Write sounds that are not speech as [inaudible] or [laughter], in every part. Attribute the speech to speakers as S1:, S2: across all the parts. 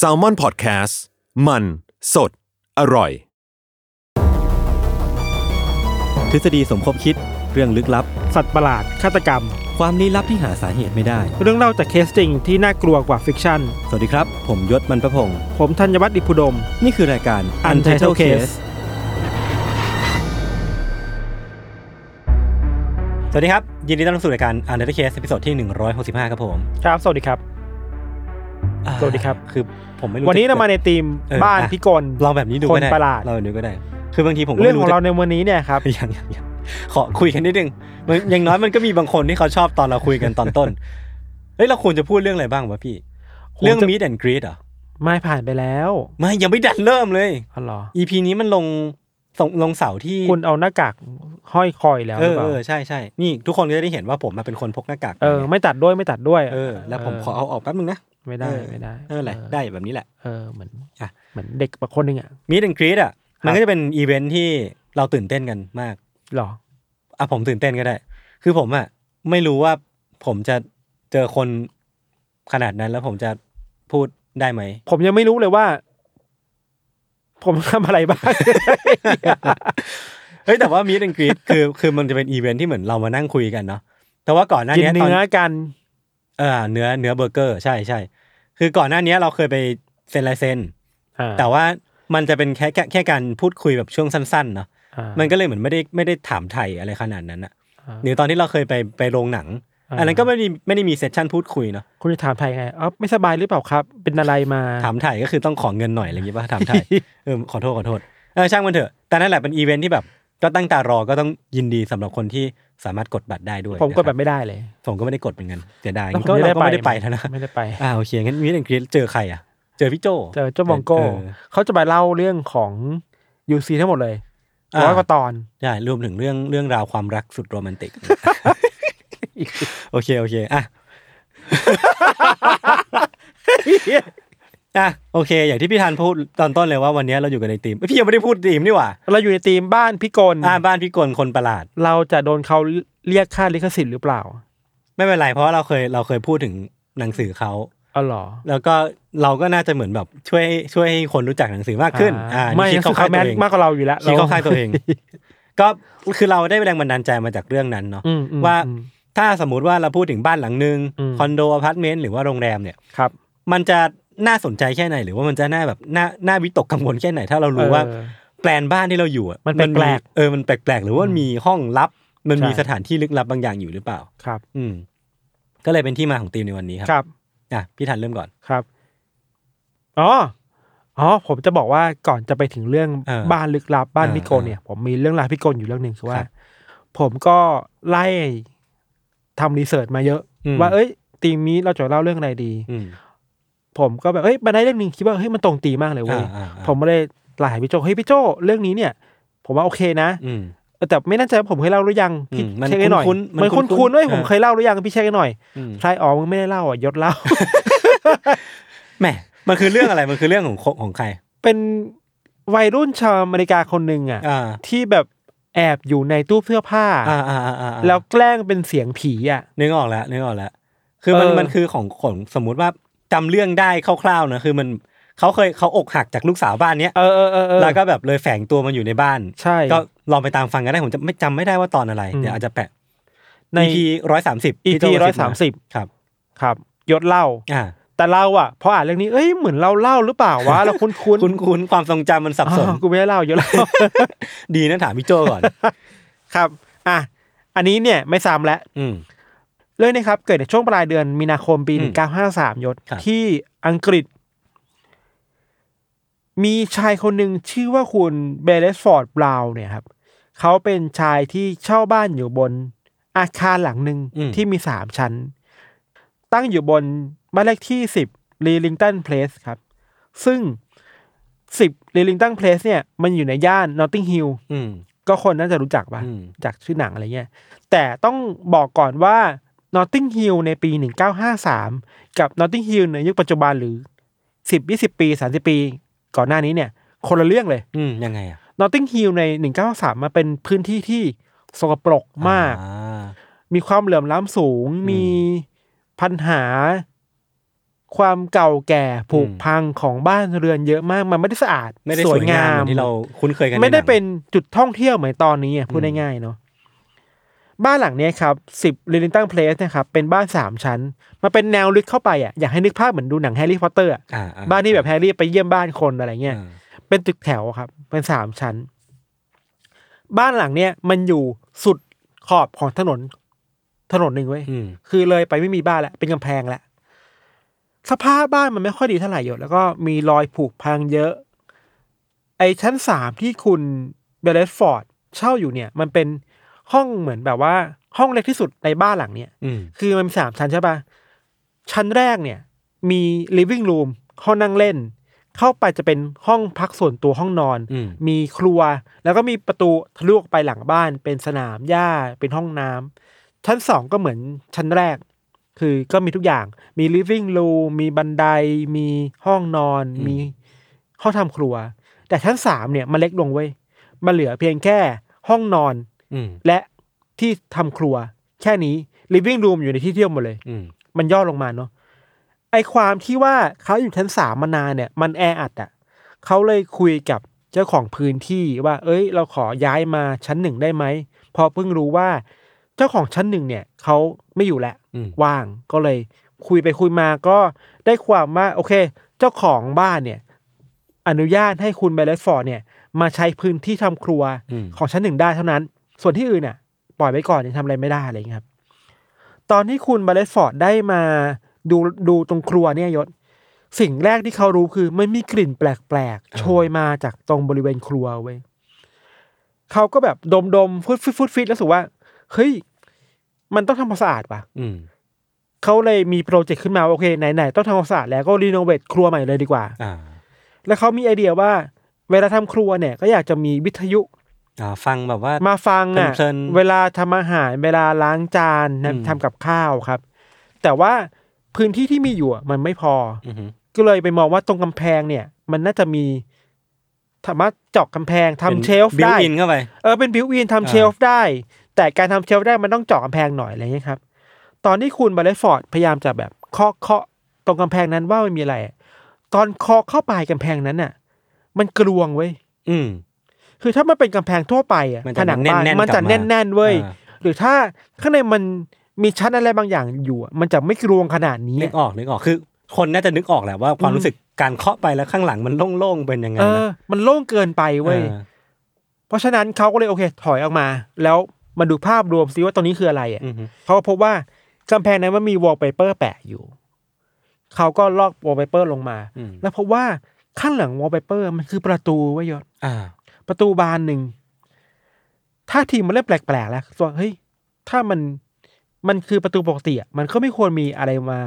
S1: s a l m o n PODCAST มันสดอร่อย
S2: ทฤษฎีสมคบคิดเรื่องลึกลับ
S3: สัตว์ประหลาด ฆาตกรรม
S2: ความลี้ลับที่หาสาเหตุไม่ได้
S3: เรื่องเล่าจากเคสจริงที่น่ากลัวกว่าฟิกชั่น
S2: สวัสดีครับ ผมยศมันประพงศ์
S3: ผมธัญวัฒน์อิพุดม
S2: นี่คือรายการ
S3: Untitled Case
S2: สวัสดีครับ ยินดีต้อนรับสู่รายการ Untitled Case ตอนที่ 165 ครับผม
S3: ครับ สวัสดีครับ
S2: อ่า
S3: สวัสดีครับ
S2: คือผมไม่รู้
S3: วันนี้
S2: จะ
S3: เรามาในทีม
S2: เออ
S3: บ้าน
S2: อ่ะ
S3: พิกล
S2: ลองแบบนี้ดู
S3: ค
S2: ก็
S3: น
S2: ได้
S3: ประหลาด
S2: ลองแบบนี้ก็ได้ คือบางทีผมก็
S3: เรื่อง
S2: ไม่
S3: ของ
S2: จะ
S3: เราในวันนี้เนี่ยครับ
S2: ยังยังยังขอคุยกันนิดนึงมันอย่างน้อยมันก็มีบางคนที่เขาชอบตอนเราคุยกันตอนต้น เฮ้ยเราควรจะพูดเรื่องอะไรบ้างวะพี่
S3: ควรจะ
S2: เรื่องมีดแอนกรีดอ่ะ
S3: ไม่ผ่านไปแล้ว
S2: ไม่ยังไม่ดันเริ่มเลย
S3: อ๋อเหรอ
S2: EP นี้มันลงส่งลงเสาร์ที่
S3: คุณเอาหน้ากากห้อยคอยแล้วห
S2: เอ
S3: รือ อเปล่า
S2: เออใช่ใช่นี่ทุกคนก็จะได้เห็นว่าผมมาเป็นคนพกหน้ากาก
S3: เออ ไม่ตัดด้วยไม่ตัดด้วย
S2: เออ แล้วผมขอเอาออกแป๊บนึงนะ
S3: ไม่ได้
S2: เออ
S3: ไม่ได้
S2: เออแหละได้แบบนี้แหละ
S3: เออเหมือน
S2: อ่ะ
S3: เหมือนเด็กบางคนหนึ่งอ่ะ
S2: มีดันกรีดอ่ะ
S3: ครับ
S2: มันก็จะเป็นอีเวนท์ที่เราตื่นเต้นกันมาก
S3: เหรอ
S2: อ่ะผมตื่นเต้นก็ได้ คือผมอ่ะไม่รู้ว่าผมจะเจอคนขนาดนั้นแล้วผมจะพูดได้ไหม
S3: ผมยังไม่รู้เลยว่า ผมทำอะไรบ้าง
S2: เฮ้ยแต่ว่ามีดันกรีดคือคือมันจะเป็นอีเวนท์ที่เหมือนเรามานั่งคุยกันเนาะแต่ว่าก่อนหน้า
S3: กิน
S2: นี้ตอ
S3: เนื้อกัน
S2: เออเนื้อเนื้อเบอร์เกอร์ใช่ใช่คือก่อนหน้านี้เราเคยไปเซ็นลายเซ็น
S3: อ่า
S2: แต่ว่ามันจะเป็นแค่แค่แค่การพูดคุยแบบช่วงสั้นๆเนาะ
S3: อ่า
S2: มันก็เลยเหมือนไม่ได้ไม่ได้ถามไทยอะไรขนาดนั้นอะ
S3: อ่า
S2: หรือตอนที่เราเคยไปไปโรงหนัง
S3: อ่า
S2: อันนั้นก็ไม่ได้ไม่ได้มีเซสชั่นพูดคุยเนาะ
S3: คุณจะถามไทยไงอ๋อไม่สบายหรือเปล่าครับ เป็นอะไรมา [laughs]
S2: ถามไทยก็คือต้องขอเงินหน่อยอะไรอย่างงี้ป่ะถามไทย เออขอโทษขอโทษเออช่างมันเถอะ แต่นั่นแหละเป็นอีเวนท์ที่แบบก็ตั้งตารอก็ต้องยินดีสำหรับคนที่สามารถกดบัตรได้ด้วย
S3: ผมก็
S2: นะ
S3: แบบ
S2: ครั
S3: ไม่ได้เลย
S2: ผมก็ไม่ได้กดเหมือนกันเสียดาย
S3: แล้วผ
S2: ก็เราก็ไม่ได้ไปแล้วนะ [laughs]
S3: ไม่ได้ไป
S2: อ่าโอเคงั้นมิสแอนกรีเจอใครอ่ะ เจอพี่โจ
S3: เจอเจ้ามองโก้
S2: เ
S3: เขาจะมาเล่าเรื่องของยูซีทั้งหมดเลย
S2: อ่า
S3: ร้อยกว่าตอน
S2: ใช่รวมถึงเรื่องเรื่องราวความรักสุดโรแมนติ [laughs] ก โอเคโอเคอ่ะอ่ะโอเค อย่างที่พี่ธันพูดตอนต้นเลยว่าวันนี้เราอยู่กันในทีมเอ้ยพี่ยังไม่ได้พูดทีมนี่หว่า
S3: เราอยู่ในทีมบ้านพิกล
S2: อ่าบ้านพี่กลคนประหลาด
S3: เราจะโดนเขาเรียกค่าลิขสิทธิ์หรือเปล่า
S2: ไม่เป็นไรเพราะว่าเราเคยเราเคยพูดถึงหนังสือเขา
S3: อ๋อเหรอ
S2: แล้วก็เราก็น่าจะเหมือนแบบช่วยช่วยให้คนรู้จักหนังสือมากขึ้น
S3: อ่า
S2: อ่านี่
S3: ไม่
S2: คิด
S3: คื
S2: ข้
S3: อเขา
S2: ง
S3: แม
S2: ตั
S3: น
S2: วอง
S3: มากกว่าเราอยู่แล้ว
S2: คิดเข้าข้างตัวเอง ก็คือเราได้แรงบันดาลใจมาจากเรื่องนั้นเนาะ
S3: อืมอืม
S2: ว่า
S3: อืม
S2: ถ้าสมมติว่าเราพูดถึงบ้านหลังหนึ่ง
S3: อืม
S2: คอนโดอพาร์ตเมนต์หรือว่าโรงแรมเนี่ย
S3: ครับ
S2: มันจะน่าสนใจแค่ไหน หรือว่ามันจะน่าแบบน่าน่าวิตกกังวลแค่ไหน ถ้าเรารู้ว่า
S3: เออ
S2: แปลนบ้านที่เราอยู่อะ
S3: มันแปลกๆ
S2: เออมันแปลกๆ หรือว่ามันมีห้องลับ มันมี
S3: ใช่
S2: สถานที่ลึกลับบางอย่างอยู่หรือเปล่า
S3: ครับ
S2: อืม ก็เลยเป็นที่มาของธีมในวันนี้ครั
S3: ครับ
S2: อ่ะพี่ทันเริ่มก่อน
S3: ครับอ๋ออ๋อ ผมจะบอกว่าก่อนจะไปถึงเรื่อง
S2: เออ
S3: บ้านลึกลับบ้าน
S2: เออ
S3: พิกลเนี่ย ผมมีเรื่องราวพิกลอยู่เรื่องหนึ่งคือว่า
S2: ครับ
S3: ผมก็ไล่ทำรีเสิร์ชมาเยอะ
S2: อืม
S3: ว่าเอ้ยตีมนี้เราจะเล่าเรื่องอะไรดี
S2: อืม
S3: ผมก็แบบเอ้ยมาได้เรื่องหนึ่งคิดว่าเฮ้ยมันตรงตีมากเลยเว้ย
S2: อ่าอ่าอ่า
S3: ผมก็เลยไลน์หาพี่โจเฮ้ยพี่โจเรื่องนี้เนี่ย ผมว่าโอเคนะ
S2: อืม
S3: เออแต่ไม่แน่ใจว่าผมเคยเล่าหรือยังพี่
S2: อืมมัน
S3: เช็คให้หน่อย
S2: คุ้นๆมัน
S3: มันคุ้น
S2: คุ้
S3: คุ้
S2: นๆ
S3: นๆเว้ย
S2: เออ
S3: ผมเคยเล่าหรือยังพี่เช็คให้หน่อย
S2: อืม
S3: ใครอ๋อมึงไม่ได้เล่าอ่ะยศเล่า
S2: แหมมันคือเรื่องอะไรมันคือเรื่องของของของใคร
S3: เป็นวัยรุ่นชาวอเมริกาคนหนึ่งอ่ะ
S2: อ่า
S3: ที่แบบแอบอยู่ในตู้เสื้อผ้า
S2: อ่าอ่าอ่าอ่า
S3: แล้วแกล้งเป็นเสียงผีอ่ะ
S2: นึกออกแล้วนึกออกแล้ว คือมัน
S3: เออ
S2: มันคือของของสมมุติว่าจำเรื่องได้คร่าวๆนะคือมันเขาเคยเขาอกหักจากลูกสาวบ้านเนี้ย
S3: เออเออเออเออ
S2: แล้วก็แบบเลยแฝงตัวมันอยู่ในบ้าน
S3: ใช่
S2: ก็ลองไปตามฟังกันได้ผมจะไม่จำไม่ได้ว่าตอนอะไร เดี๋ยวอาจจะแปะ
S3: ใน
S2: EP ร้อยสามสิบ
S3: EP ร้อยสามสิบ
S2: ครับ
S3: ครับยศเล่า
S2: อ่า
S3: แต่เราอ่ะพออ่านเรื่องนี้เอ้ยเหมือนเราเล่าหรือเปล่าวะ เราคุ้นคุ้น
S2: คุณคุณความทรงจำมันสับสน
S3: กูไม่ได้เล่ายศเล่า
S2: [laughs] ดีนะถามพี่โจ
S3: [laughs]
S2: ก่อน
S3: ครับ อ่ะ อันนี้เนี่ยไม่ซ้ำแล้ว
S2: อืม
S3: เรื่องนี้ครับ เกิดในช่วงปลายเดือนมีนาคมปี
S2: อืม
S3: 1953 ยศ
S2: ครับ
S3: ที่อังกฤษ มีชายคนหนึ่งชื่อว่าคุณเบเลสฟอร์ดบราวน์เนี่ยครับ เขาเป็นชายที่เช่าบ้านอยู่บนอาคารหลังหนึ่ง
S2: อืม
S3: ที่มีสามชั้น ตั้งอยู่บนบ้านเลขที่สิบ ลีลิงตันเพลสครับ ซึ่งสิบลีลิงตันเพลสเนี่ย มันอยู่ในย่านนอตติงฮิล
S2: อืม
S3: ก็คนน่าจะรู้จักป่ะ
S2: อืม
S3: จากชื่อหนังอะไรเงี้ย แต่ต้องบอกก่อนว่านอตติงฮิลในปี 1953 กับนอตติงฮิลในยุคปัจจุบันหรือ 10 20 ปี 30 ปี ก่อนหน้านี้เนี่ย คนละเรื่องเลย
S2: อืมยังไงอ่ะ
S3: นอตติงฮิลใน 1953 มันเป็นพื้นที่ที่สกปรกมาก
S2: อ่า
S3: มีความเหลื่อมล้ำสูง
S2: อืม
S3: มีปัญหา ความเก่าแก่ผุ
S2: อืม
S3: พังของบ้านเรือนเยอะมาก มันไม่ได้สะอาด
S2: ไม่ได้สวยงามเหมือนที่เราคุ้นเคยกัน
S3: ไม่ได้
S2: ใหง
S3: เป็นจุดท่องเที่ยวเหมือนตอนนี้อะพูด
S2: อืม
S3: ง่ายๆเนาะบ้านหลังเนี้ยครับสิบลิลินตังเพลสนะครับเป็นบ้านสามชั้น มันเป็นแนวลึกเข้าไปอ่ะอยากให้นึกภาพเหมือนดูหนังแฮร์รี่พอตเตอร์
S2: อ่อ่
S3: บ้านที่แบบแฮร์รี่ไปเยี่ยมบ้านคนอะไรเงี้ย
S2: อ่า
S3: เป็นตึกแถวครับ เป็นสามชั้น บ้านหลังเนี้ยมันอยู่สุดขอบของถนน ถนนหนึ่งเว้ย
S2: อืม
S3: คือเลยไปไม่มีบ้านแล้วเป็นกำแพงแล้วสภาพบ้านมันไม่ค่อยดีเท่าไหร่หยดแล้วก็มีรอยผุพังเยอะ ไอชั้นสามที่คุณเบลเลสฟอร์ดเช่าอยู่เนี่ย มันเป็นห้องเหมือนแบบว่า ห้องเล็กที่สุดในบ้านหลังเนี่ย
S2: อืม
S3: คือมันมีสามชั้นใช่ปะชั้นแรกเนี่ย มี living room ห้องนั่งเล่น เข้าไปจะเป็นห้องพักส่วนตัวห้องนอน
S2: อืม
S3: มีครัว แล้วก็มีประตูทะลุออกไปหลังบ้าน เป็นสนามหญ้า เป็นห้องน้ำชั้นสองก็เหมือนชั้นแรก คือก็มีทุกอย่าง มี living room มีบันได มีห้องนอน มีห้องทำครัว แต่ชั้นสามเนี่ยมันเล็กลงเว้ย มันเหลือเพียงแค่ห้องนอน
S2: อืม
S3: และที่ทำครัวแค่นี้ living room อยู่ในที่เที่ยวหมดเลย
S2: อืม
S3: มันย่อลงมาเนาะไอความที่ว่าเขาอยู่ชั้นสามมานานเนี่ย มันแออัดอะ่ะเขาเลยคุยกับเจ้าของพื้นที่ว่า เอ้ย เราขอย้ายมาชั้นหนึ่งได้ไหมเพอเพิ่งรู้ว่า เจ้าของชั้นหนึ่งเนี่ยเขาไม่อยู่แล้ว
S2: อืม
S3: ว่างก็เลยคุยไปคุยมาก็ได้ความว่าโอเค เจ้าของบ้านเนี่ย อนุญาตให้คุณเบลเลสฟอร์ดเนี่ย มาใช้พื้นที่ทำครัว
S2: อืม
S3: ของชั้นหนึ่งได้เท่านั้น ส่วนที่อื่นน่ะ ปล่อยไว้ก่อนยังทำอะไรไม่ได้อะไรอย่างเงี้ยครับ ตอนที่คุณบาเลสฟอร์ดได้มาดูดูตรงครัวเนี่ยยศ สิ่งแรกที่เขารู้คือมันมีกลิ่นแปลกๆ โชยมาจากตรงบริเวณครัวเว้ยเขาก็แบบดมดมๆฟุดฟุดฟุดฟิดแล้วรู้สึกว่า เฮ้ย มันต้องทำความสะอาดป่ะ
S2: อืม
S3: เขาเลยมีโปรเจกต์ขึ้นมาว่าโอเคไหนๆต้องทำความสะอาดแล้วก็รีโนเวทครัวใหม่เลยดีกว่า
S2: อ่า
S3: แล้วเขามีไอเดียว่า เวลาทำครัวเนี่ย ก็อยากจะมีวิทยุ
S2: อ่าฟังแบบว่า
S3: มาฟังอ่ะ
S2: เพลินๆ
S3: เวลาทำอาหารเวลาล้างจานนะ
S2: อืม
S3: ทำกับข้าวครับ แต่ว่าพื้นที่ที่มีอยู่อะมันไม่พอ
S2: อืม
S3: ก็เลยไปมองว่าตรงกำแพงเนี่ย มันน่าจะมีสามารถเจาะกำแพงทำเชลฟ์
S2: บิว
S3: ได้
S2: อินเข้าไป
S3: เออเป็นบิวอินทำ
S2: อ่า
S3: เชลฟ์ได้ แต่การทำเชลฟ์ได้มันต้องเจาะกำแพงหน่อยอะไรอย่างเงี้ยครับ ตอนที่คุณบาเลฟอร์ดพยายามจะแบบเคาะเคาะตรงกำแพงนั้นว่ามันมีอะไรอะตอนเคาะเข้าไปกำแพงนั้นน่ะ มันกลวงเว้ย
S2: อืม
S3: คือถ้ามันเป็นกำแพงทั่วไปอ่ะ
S2: มัน
S3: ผ
S2: จะ
S3: นังบ้าน
S2: แน่นๆ
S3: มันจะ
S2: กลับมา
S3: แน่นๆเว้ย
S2: อ่า
S3: หรือถ้าข้างในมันมีชั้นอะไรบางอย่างอยู่อะมันจะไม่กรวงขนาดนี้
S2: นึ
S3: อะ
S2: กออกนึกออกคือ คนน่าจะนึกออกแหละว่าความ
S3: อืม
S2: รู้สึกการเคาะไปแล้วข้างหลังมันโล่งๆเป็นยังไง
S3: เอ
S2: นะ
S3: อ มันโล่งเกินไปเว้ย
S2: ออ
S3: เพราะฉะนั้นเขาก็เลยโอเค ถอยออกมา แล้วมาดูภาพรวมซิว่าตรงนี้คืออะไรอ่ะ
S2: อืม
S3: เขาก็พบว่ากำแพงนั้นมันมีวอลเปเปอร์แปะอยู่เขาก็ลอกวอลเปเปอร์ลงมา
S2: อืม
S3: แล้วพบว่าข้างหลังวอลเปเปอร์มันคือประตูเว้ยยศ
S2: อ่า
S3: ประตูบานหนึ่งถ้าทีมมันเริ่มแปลกๆแล้วส่วนเฮ้ยถ้ามันมันคือประตูปกติอะมันก็ไม่ควรมีอะไรมา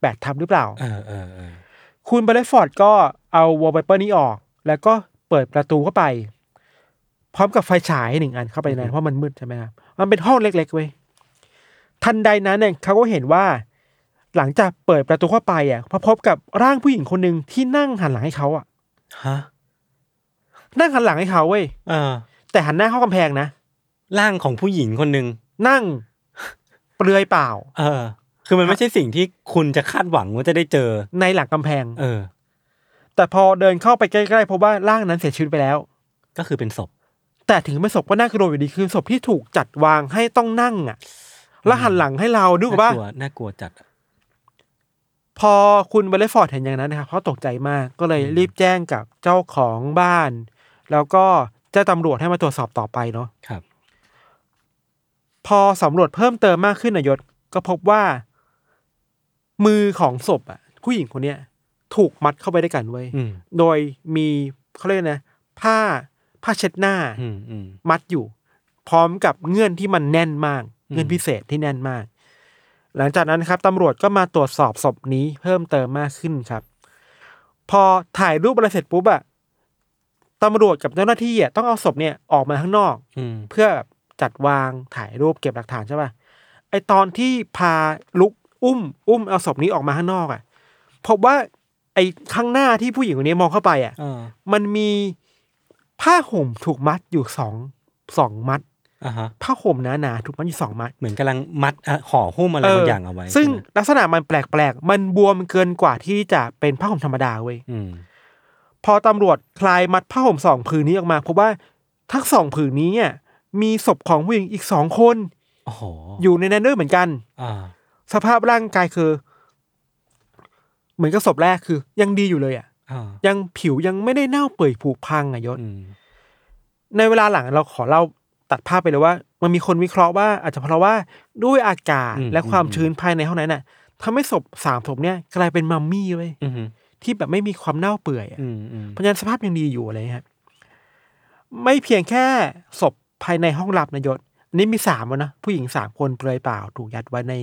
S3: แปดทับหรือเปล่า
S2: เออเออเออ
S3: คุณเบลฟอร์ดก็เอาวอลเปเปอร์นี้ออก แล้วก็เปิดประตูเข้าไป พร้อมกับไฟฉายหนึ่งอันเข้าไปในนั้นเพราะมันมืดใช่ไหมครับมันเป็นห้องเล็กๆเว้ยทันใดนั้นเนี่ยเขาก็เห็นว่า หลังจากเปิดประตูเข้าไปอ่ะพอพบกับร่างผู้หญิงคนหนึ่งที่นั่งหันหลังให้เขาอ่ะ
S2: ฮะ
S3: นั่งหันหลังให้เขาเว้ย
S2: เออ
S3: แต่หันหน้าเข้ากำแพงนะ
S2: ร่างของผู้หญิงคนหนึ่ง
S3: นั่ง [laughs] เปลือยเปล่า
S2: เออ คือมันไม่ใช่สิ่งที่คุณจะคาดหวังว่าจะได้เจอ
S3: ในหลังกำแพง
S2: เออ
S3: แต่พอเดินเข้าไปใกล้ๆพบว่าร่างนั้นเสียชีวิตไปแล้ว
S2: ก็คือเป็นศพ
S3: แต่ถึงไม่ศพก็น่ากลัวอยู่ดีคือศพที่ถูกจัดวางให้ต้องนั่งอ่ะ แล้วหันหลังให้เราดู
S2: น่า
S3: ว่าก
S2: ลัวน่ากลัวจัดอะ
S3: พอคุณเบลเลฟอร์ดเห็นอย่างนั้นนะครับเขาตกใจมากก็เลยรีบแจ้งกับเจ้าของบ้าน แล้วก็เจ้าตำรวจให้มาตรวจสอบต่อไปเนาะ
S2: ครับ
S3: พอสำรวจเพิ่มเติมมากขึ้นนายศก็พบว่า มือของศพอ่ะ ผู้หญิงคนเนี้ยถูกมัดเข้าไปด้วยกันเว้ย
S2: อืม
S3: โดยมีเขาเรียกนะ ผ้าผ้าเช็ดหน้า
S2: อืมอืม
S3: มัดอยู่ พร้อมกับเงื่อนที่มันแน่นมาก
S2: อืม
S3: เงื่อนพิเศษที่แน่นมาก หลังจากนั้นครับตำรวจก็มาตรวจสอบศพนี้เพิ่มเติมมากขึ้นครับ พอถ่ายรูปอะไรเสร็จปุ๊บอะตำรวจกับเจ้าหน้าที่อะต้องเอาศพเนี่ยออกมาข้างนอก
S2: อืม
S3: เพื่อแบบจัดวางถ่ายรูปเก็บหลักฐานใช่ป่ะไอตอนที่พาลุกอุ้ม อุ้มเอาศพนี้ออกมาข้างนอกอะ่ะพบว่าไอข้างหน้าที่ผู้หญิงคนนี้มองเข้าไปอะ่ะ
S2: อ่า
S3: มันมีผ้าห่มถูกมัดอยู่สองสองมัด
S2: อ่าฮะ
S3: ผ้าห่มหนาๆถูกมัดอยู่สองมัด
S2: เหมือนกำลังมัดอ่ะห่อหุ้มอะไรบางอย่างเอาไว้
S3: ซึ่ง
S2: ใช่ไหม
S3: ลักษณะมันแปลกๆ มันบวมเกินกว่าที่จะเป็นผ้าห่มธรรมดาเว้ย
S2: อืม
S3: พอตำรวจคลายมัดผ้าห่มสองผืนนี้ออกมาพบว่าทั้งสองผืนนี้เนี่ยมีศพของผู้หญิงอีกสองคน
S2: โอ้โห
S3: อยู่ในนั้นด้วยเหมือนกัน
S2: อ่า
S3: สภาพร่างกายคือ เหมือนกับศพแรกคือ ยังดีอยู่เลยอะ่ะ
S2: อ่า
S3: ยังผิวยังไม่ได้เน่าเปื่อยผุพังอ่ะยศ
S2: อืม
S3: ในเวลาหลังเราขอเล่าตัดภาพไปเลยว่า มันมีคนวิเคราะห์ว่า อาจจะเพราะว่าด้วยอากาศและความชื้นภายในห้องนั้นน่ะทำให้ศพสามศพเนี่ยกลายเป็นมัมมี่เว้ย
S2: อืม
S3: ที่แบบไม่มีความเน่าเปื่อยอะ
S2: อืมอืม
S3: เพราะฉะนั้นสภาพยังดีอยู่อะไรฮะไม่เพียงแค่ศพภายในห้องลับนายศอันนี้มีสามแล้วนะ ผู้หญิงสามคนเปลือยเปล่าถูกยัดไว้ใน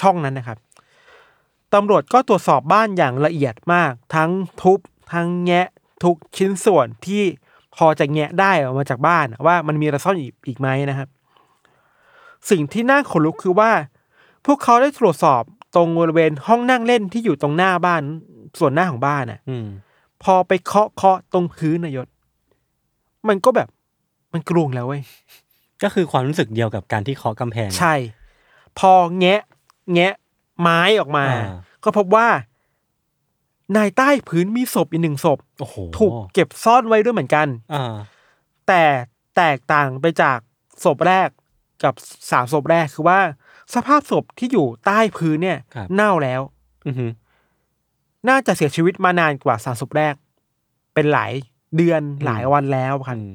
S3: ช่องนั้นนะครับตำรวจก็ตรวจสอบบ้านอย่างละเอียดมาก ทั้งทุบ ทั้งแงะ ทุกชิ้นส่วนที่พอจะแงะได้ออกมาจากบ้านว่ามันมีอะไระซ่อนอีกอีกไหมนะครับ สิ่งที่น่าขนลุกคือว่า พวกเขาได้ตรวจสอบตรงบริเวณห้องนั่งเล่นที่อยู่ตรงหน้าบ้านส่วนหน้าของบ้านน่ะ
S2: อืม
S3: พอไปเคาะเคาะตรงพื้นนายศ มันก็แบบมันกรวงแล้วเว้ย
S2: ก็คือความรู้สึกเดียวกับการที่เคาะกำแพง
S3: ใช่ พอแงะ แงะ ไม้ออกมา
S2: อ่า
S3: ก็พบว่า ในใต้พื้นมีศพอีกหนึ่งศพ
S2: โอ้โห
S3: ถูกเก็บซ่อนไว้ด้วยเหมือนกัน
S2: อ่า
S3: แต่แตกต่างไปจากศพแรกกับสามศพแรกคือว่า สภาพศพที่อยู่ใต้พื้นเนี่ย เน่าแล้ว
S2: อือหือ
S3: น่าจะเสียชีวิตมานานกว่าสามศพแรก เป็นหลายเดือนหลายวันแล้วครับ
S2: อืม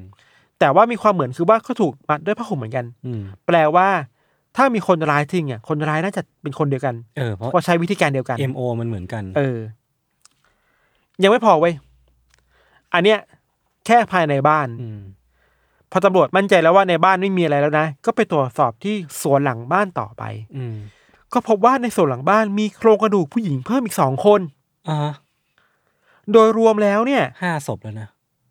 S3: แต่ว่ามีความเหมือนคือว่าเขาถูกมัดด้วยผ้าห่มเหมือนกัน
S2: อืม
S3: แปลว่า ถ้ามีคนร้ายจริงอ่ะคนร้ายน่าจะเป็นคนเดียวกัน
S2: เออเพราะ
S3: เพราะใช้วิธีการเดียวกัน
S2: MO มันเหมือนกัน
S3: เออ ยังไม่พอเว้ยอันเนี้ยแค่ภายในบ้าน
S2: อืม
S3: พอตำรวจมั่นใจแล้วว่าในบ้านไม่มีอะไรแล้วนะ ก็ไปตรวจสอบที่สวนหลังบ้านต่อไป
S2: อืม
S3: ก็พบว่าในสวนหลังบ้านมีโครงกระดูกผู้หญิงเพิ่มอีกสองคน
S2: อ่าฮะ
S3: โดยรวมแล้วเนี่ย
S2: ห้าศพแล้วนะ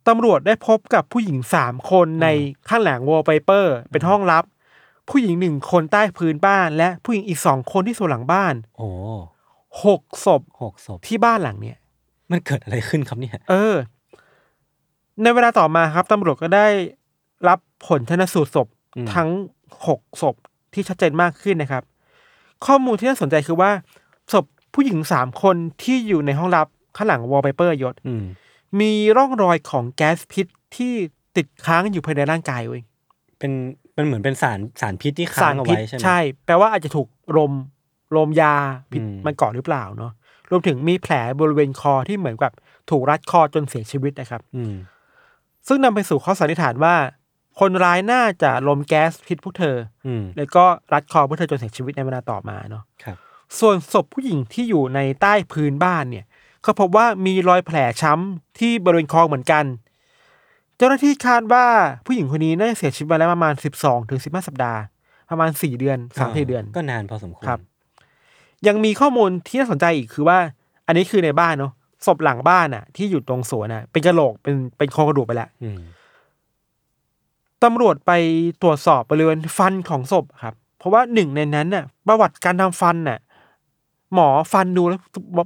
S3: ตำรวจได้พบกับผู้หญิงสามคนในข้างหลังวอลเปเปอร์ เป็นห้องลับ ผู้หญิงหนึ่งคนใต้พื้นบ้าน และผู้หญิงอีกสองคนที่สวนหลังบ้าน
S2: โอ้
S3: หกศพ
S2: หกศพ
S3: ที่บ้านหลังเนี่ย
S2: มันเกิดอะไรขึ้นครับเนี่ย
S3: เออ ในเวลาต่อมาครับตำรวจก็ได้รับผลชนสูตรศพ
S2: อืม
S3: ทั้งหกศพที่ชัดเจนมากขึ้นนะครับ ข้อมูลที่น่าสนใจคือว่า ศพผู้หญิงสามคนที่อยู่ในห้องลับข้างหลังวอลเปเปอร์ยศ
S2: อืม
S3: มีร่องรอยของแก๊สพิษที่ติดค้างอยู่ภายในร่างกายเว้ย
S2: เป็นมันเหมือนเป็นสารสารพิษที่ค้างเอา
S3: พิษ
S2: ไว้ใช่ไหม
S3: ใช่ แปลว่าอาจจะถูกลมลมยาพิษ
S2: อืม
S3: มันก่อหรือเปล่าเนาะรวมถึงมีแผลบริเวณคอที่เหมือนกับถูกรัดคอจนเสียชีวิตนะครับ
S2: อืม
S3: ซึ่งนำไปสู่ข้อสันนิษฐานว่า คนร้ายน่าจะลมแก๊สพิษพวกเธอ
S2: อืม
S3: แล้วก็รัดคอพวกเธอจนเสียชีวิตในเวลาต่อมาเนาะ
S2: ครับ
S3: ส่วนศพผู้หญิงที่อยู่ในใต้พื้นบ้านเนี่ย ก็พบว่ามีรอยแผลช้ำที่บริเวณคอเหมือนกัน เจ้าหน้าที่คาดว่าผู้หญิงคนนี้น่าจะเสียชีวิตมาแล้วประมาณ 12ถึง15 สัปดาห์ ประมาณ 4 เดือน3ถึงเดือน
S2: ก็นานพอสมควร
S3: ครับ ยังมีข้อมูลที่น่าสนใจอีกคือว่า อันนี้คือในบ้านเนาะศพหลังบ้านอ่ะ ที่อยู่ตรงสวนอ่ะ เป็นกระโหลกเป็นเป็นโครงกระดูกไปแล้ว
S2: อืม
S3: ตำรวจไปตรวจสอบบริเวณฟันของศพครับ เพราะว่าหนึ่งในนั้นน่ะ ประวัติการทำฟันน่ะ หมอฟันดูแล้ว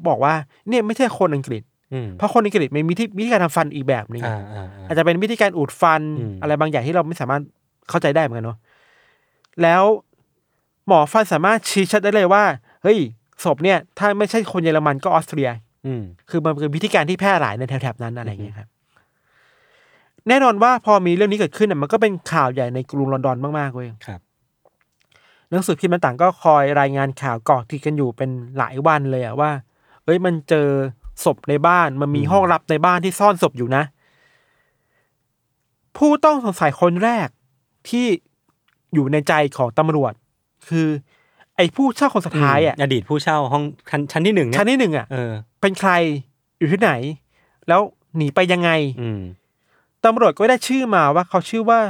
S3: บอกว่า เนี่ยไม่ใช่คนอังกฤษ
S2: อืม
S3: เพราะคนอังกฤษมันมีที่วิธีการทำฟันอีกแบบหนึง
S2: อ่า
S3: อะ
S2: อ่า
S3: อาจ
S2: อ่า
S3: จะเป็นวิธีการอูดฟัน
S2: อืม
S3: อะไรบางอย่างที่เราไม่สามารถเข้าใจได้เหมือนกันเนาะแล้วหมอฟันสามารถชี้ชัดได้เลยว่า เฮ้ยศพเนี่ย ถ้าไม่ใช่คนเยอรมันก็ออสเตรีย
S2: อืม
S3: คือมันเป็นวิธีการที่แพร่หลายในแถบๆนั้นอะไรอย่างเงี้ยครับ แน่นอนว่าพอมีเรื่องนี้เกิดขึ้นน่ะมันก็เป็นข่าวใหญ่ในกรุงลอนดอนมากๆเว้ย
S2: ครับ
S3: หนังสือพิมพ์ต่างๆก็คอยรายงานข่าวเกาะติดกันอยู่เป็นหลายวันเลยอะว่า เอ้ยมันเจอศพในบ้าน มันมี
S2: อืม
S3: ห้องลับในบ้านที่ซ่อนศพอยู่นะ ผู้ต้องสงสัยคนแรกที่อยู่ในใจของตำรวจ คือ ไอ้ผู้เช่าคนสุดท้ายอะ
S2: มอดีตผู้เช่าห้องชั้นชั้นที่หนึ่งเนี่ย
S3: ชั้นที่หนึ่งอะ
S2: เออ
S3: เป็นใครอยู่ที่ไหน แล้วหนีไปยังไง
S2: อืม
S3: ตำรวจก็ได้ชื่อมาว่าเขาชื่อว่า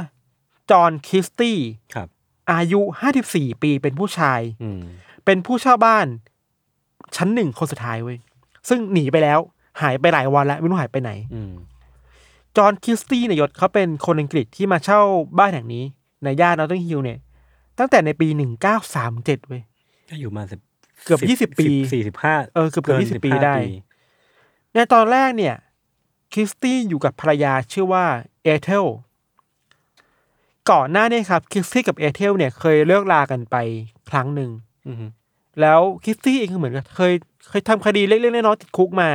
S3: จอห์นคิสตี้
S2: ครับ
S3: อายุ 54 ปีเป็นผู้ชาย
S2: อืม
S3: เป็นผู้เช่าบ้านชั้นหนึ่งคนสุดท้ายเว้ยซึ่งหนีไปแล้วหายไปหลายวันแล้วไม่รู้หายไปไหน
S2: อืม
S3: จอห์นคิสตี้เนี่ยยศเขาเป็นคนอังกฤษที่มาเช่าบ้านแห่งนี้ ในย่านนอตติงฮิลเนี่ย ตั้งแต่ในปี 1937 เว้ย
S2: ก็อยู่มาสิบ
S3: เกือบ20ปี
S2: สี่สิบห้า
S3: เออเกือบเกือบ 20 ปีได้ ในตอนแรกเนี่ยคริสตี้อยู่กับภรรยาชื่อว่าเอเธลก่อนหน้านี้ครับคริสตี้กับเอเธลเนี่ยเคยเลิกลากันไปครั้งหนึ่ง
S2: อืม
S3: แล้วคริสตี้เองก็เหมือนกับเคยเคยทำคดีเล็กๆน้อยๆติดคุกมา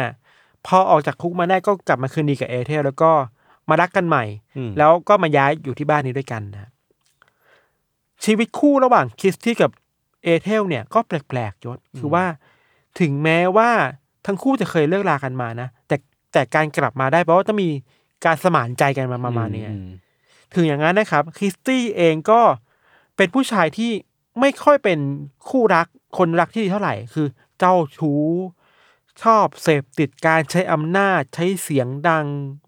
S3: พอออกจากคุกมาได้ก็กลับมาคืนดีกับเอเธลแล้วก็มารักกันใหม่
S2: อืม
S3: แล้วก็มาย้ายอยู่ที่บ้านนี้ด้วยกันนะชีวิตคู่ระหว่างคริสตี้กับเอเธลเนี่ยก็แปลกๆยศคือว่าถึงแม้ว่าทั้งคู่จะเคยเลิกลากันมานะแต่แต่การกลับมาได้เพราะว่าต้องมีการสมานใจกันมาประมาณเนี้ย
S2: อืม
S3: ถึงอย่างนั้นนะครับคริสตี้เองก็เป็นผู้ชายที่ไม่ค่อยเป็นคู่รักคนรักที่ดีเท่าไหร่ คือเจ้าชู้ ชอบเสพติดการใช้อำนาจใช้เสียงดัง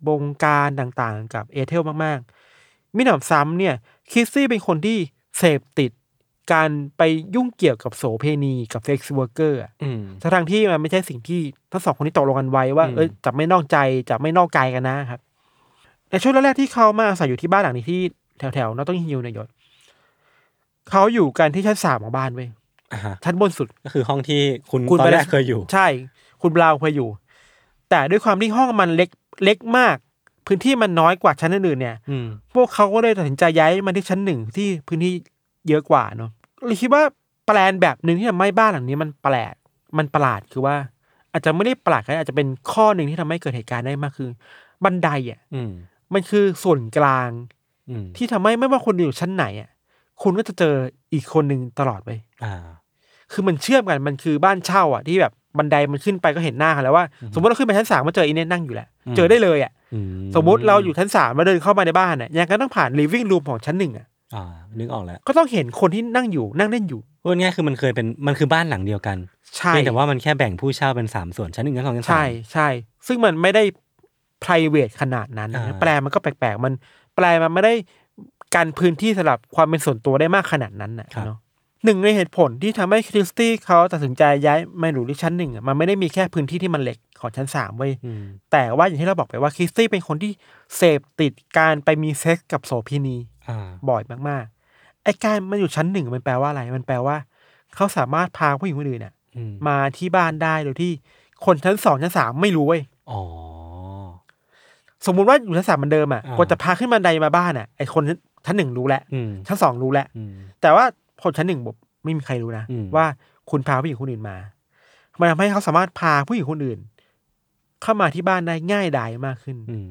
S3: บงการต่างๆ กับเอเธลมากๆมิหนำซ้ำเนี่ยคริสซี่เป็นคนที่เสพติดการไปยุ่งเกี่ยวกับโสเพณีกับเซ็กซ์วอร์เกอร์
S2: อืม
S3: ทั้งๆที่มันไม่ใช่สิ่งที่ทั้งสองคนนี้ตกลงกันไว้ว่า
S2: อืม
S3: เอยจะไม่นอกใจจะไม่นอกกายกันนะครับในช่วงแรกๆที่เขามาอาศัยอยู่ที่บ้านหลังนี้ที่แถวๆนอตติงฮิลในยยศเขาอยู่กันที่ชั้นสามของบ้านเว้ย
S2: อ่าฮะ
S3: ชั้นบนสุด
S2: ก็คือห้องที่คุณ
S3: คุณ
S2: ตอนแร
S3: ไปแล้
S2: ก
S3: ว
S2: เคยอยู่
S3: ใช่ คุณบราวน์เคยอยู่ แต่ด้วยความที่ห้องมันเล็กเล็กมาก พื้นที่มันน้อยกว่าชั้นอื่นๆเนี่ย
S2: อืม
S3: พวกเขาก็เลยตัดสินใจย้ายมาที่ชั้นหนึ่งที่พื้นที่เยอะกว่าเนาะเลยคิดว่าแปลนแบบหนึ่งที่ทำให้บ้านหลังนี้มันแปลกมันประหลาดคือว่า อาจจะไม่ได้ประหลาดก็ได้อาจจะเป็นข้อหนึ่งที่ทำให้เกิดเหตุการณ์ได้มากคือ บันไดอ่ะ
S2: อืม
S3: มันคือส่วนกลาง
S2: อืม
S3: ที่ทำให้ไม่ว่าคุณอยู่ชั้นไหนอ่ะคุณก็จะเจออีกคนหนึ่งตลอดไป
S2: อ่า
S3: คือมันเชื่อมกันมันคือบ้านเช่าอ่ะที่แบบบันไดมันขึ้นไปก็เห็นหน้ากันแล้วว่า สมมติเราขึ้นไปชั้นสามมาเจออีเนี่ยนั่งอยู่แหละ
S2: อืม
S3: เจอได้เลยอ่ะ
S2: อื
S3: สมมติเราอยู่ชั้นสามมาเดินเข้ามาในบ้านอ่ะยังก็ต้องผ่าน living room ของชั้นหนึ่งอ่ะ
S2: อ่านึกออกแล้ว
S3: ก็ต้องเห็นคนที่นั่งอยู่นั่งเล่นอยู่
S2: พูดง่ายๆคือมันเคยเป็นมันคือบ้านหลังเดียวกัน
S3: ใช่
S2: เพียงแต่ว่ามันแค่แบ่งผู้เช่าเป็นสามส่วนชั้นหนึ่งชั้นสองชั้นสาม
S3: ใช่ใช่ ซึ่งมันไม่ได้ private ขนาดนั้นนะ
S2: อ่า
S3: แปลมันก็แปลกๆ มันแปลมันไม่ได้การพื้นที่สำหรับความเป็นส่วนตัวได้มากขนาดนั้นน่ะเนาะหนึ่งในเหตุผลที่ทำให้คริสตี้เขาตัดสินใจย้ายมาอยู่ที่ชั้นหนึ่งอ่ะมันไม่ได้มีแค่พื้นที่ที่มันเล็กของชั้นสามเว้ย
S2: อืม
S3: แต่ว่าอย่างที่เราบอกไปว่าคริสตี้เป็นคนที่เสพติดการไปมีเซ็กส์กับโสเภณี
S2: อ่า
S3: บ่อยมากๆ ไอ้การมันอยู่ชั้นหนึ่งมันแปลว่าอะไร มันแปลว่า เขาสามารถพาผู้หญิงคนอื่นน่ะ
S2: อืม
S3: มาที่บ้านได้โดยที่คนชั้นสองชั้นสามไม่รู้เว้ย
S2: อ๋อ
S3: สมมุติว่าอยู่ชั้นสามเหมือนเดิมอ่ะ
S2: อ่า
S3: กว่าจะพาขึ้นบันไดมาบ้านอ่ะไอ้คนชั้นหนึ่งรู้แหละ
S2: อืม
S3: ชั้นสองรู้แหละ
S2: อืม
S3: แต่ว่าคนชั้นหนึ่งบอกไม่มีใครรู้นะ
S2: อืม
S3: ว่าคุณพาผู้หญิงคนอื่นมา มันทำให้เขาสามารถพาผู้หญิงคนอื่น เข้ามาที่บ้านได้ง่ายดายมากขึ้น
S2: อืม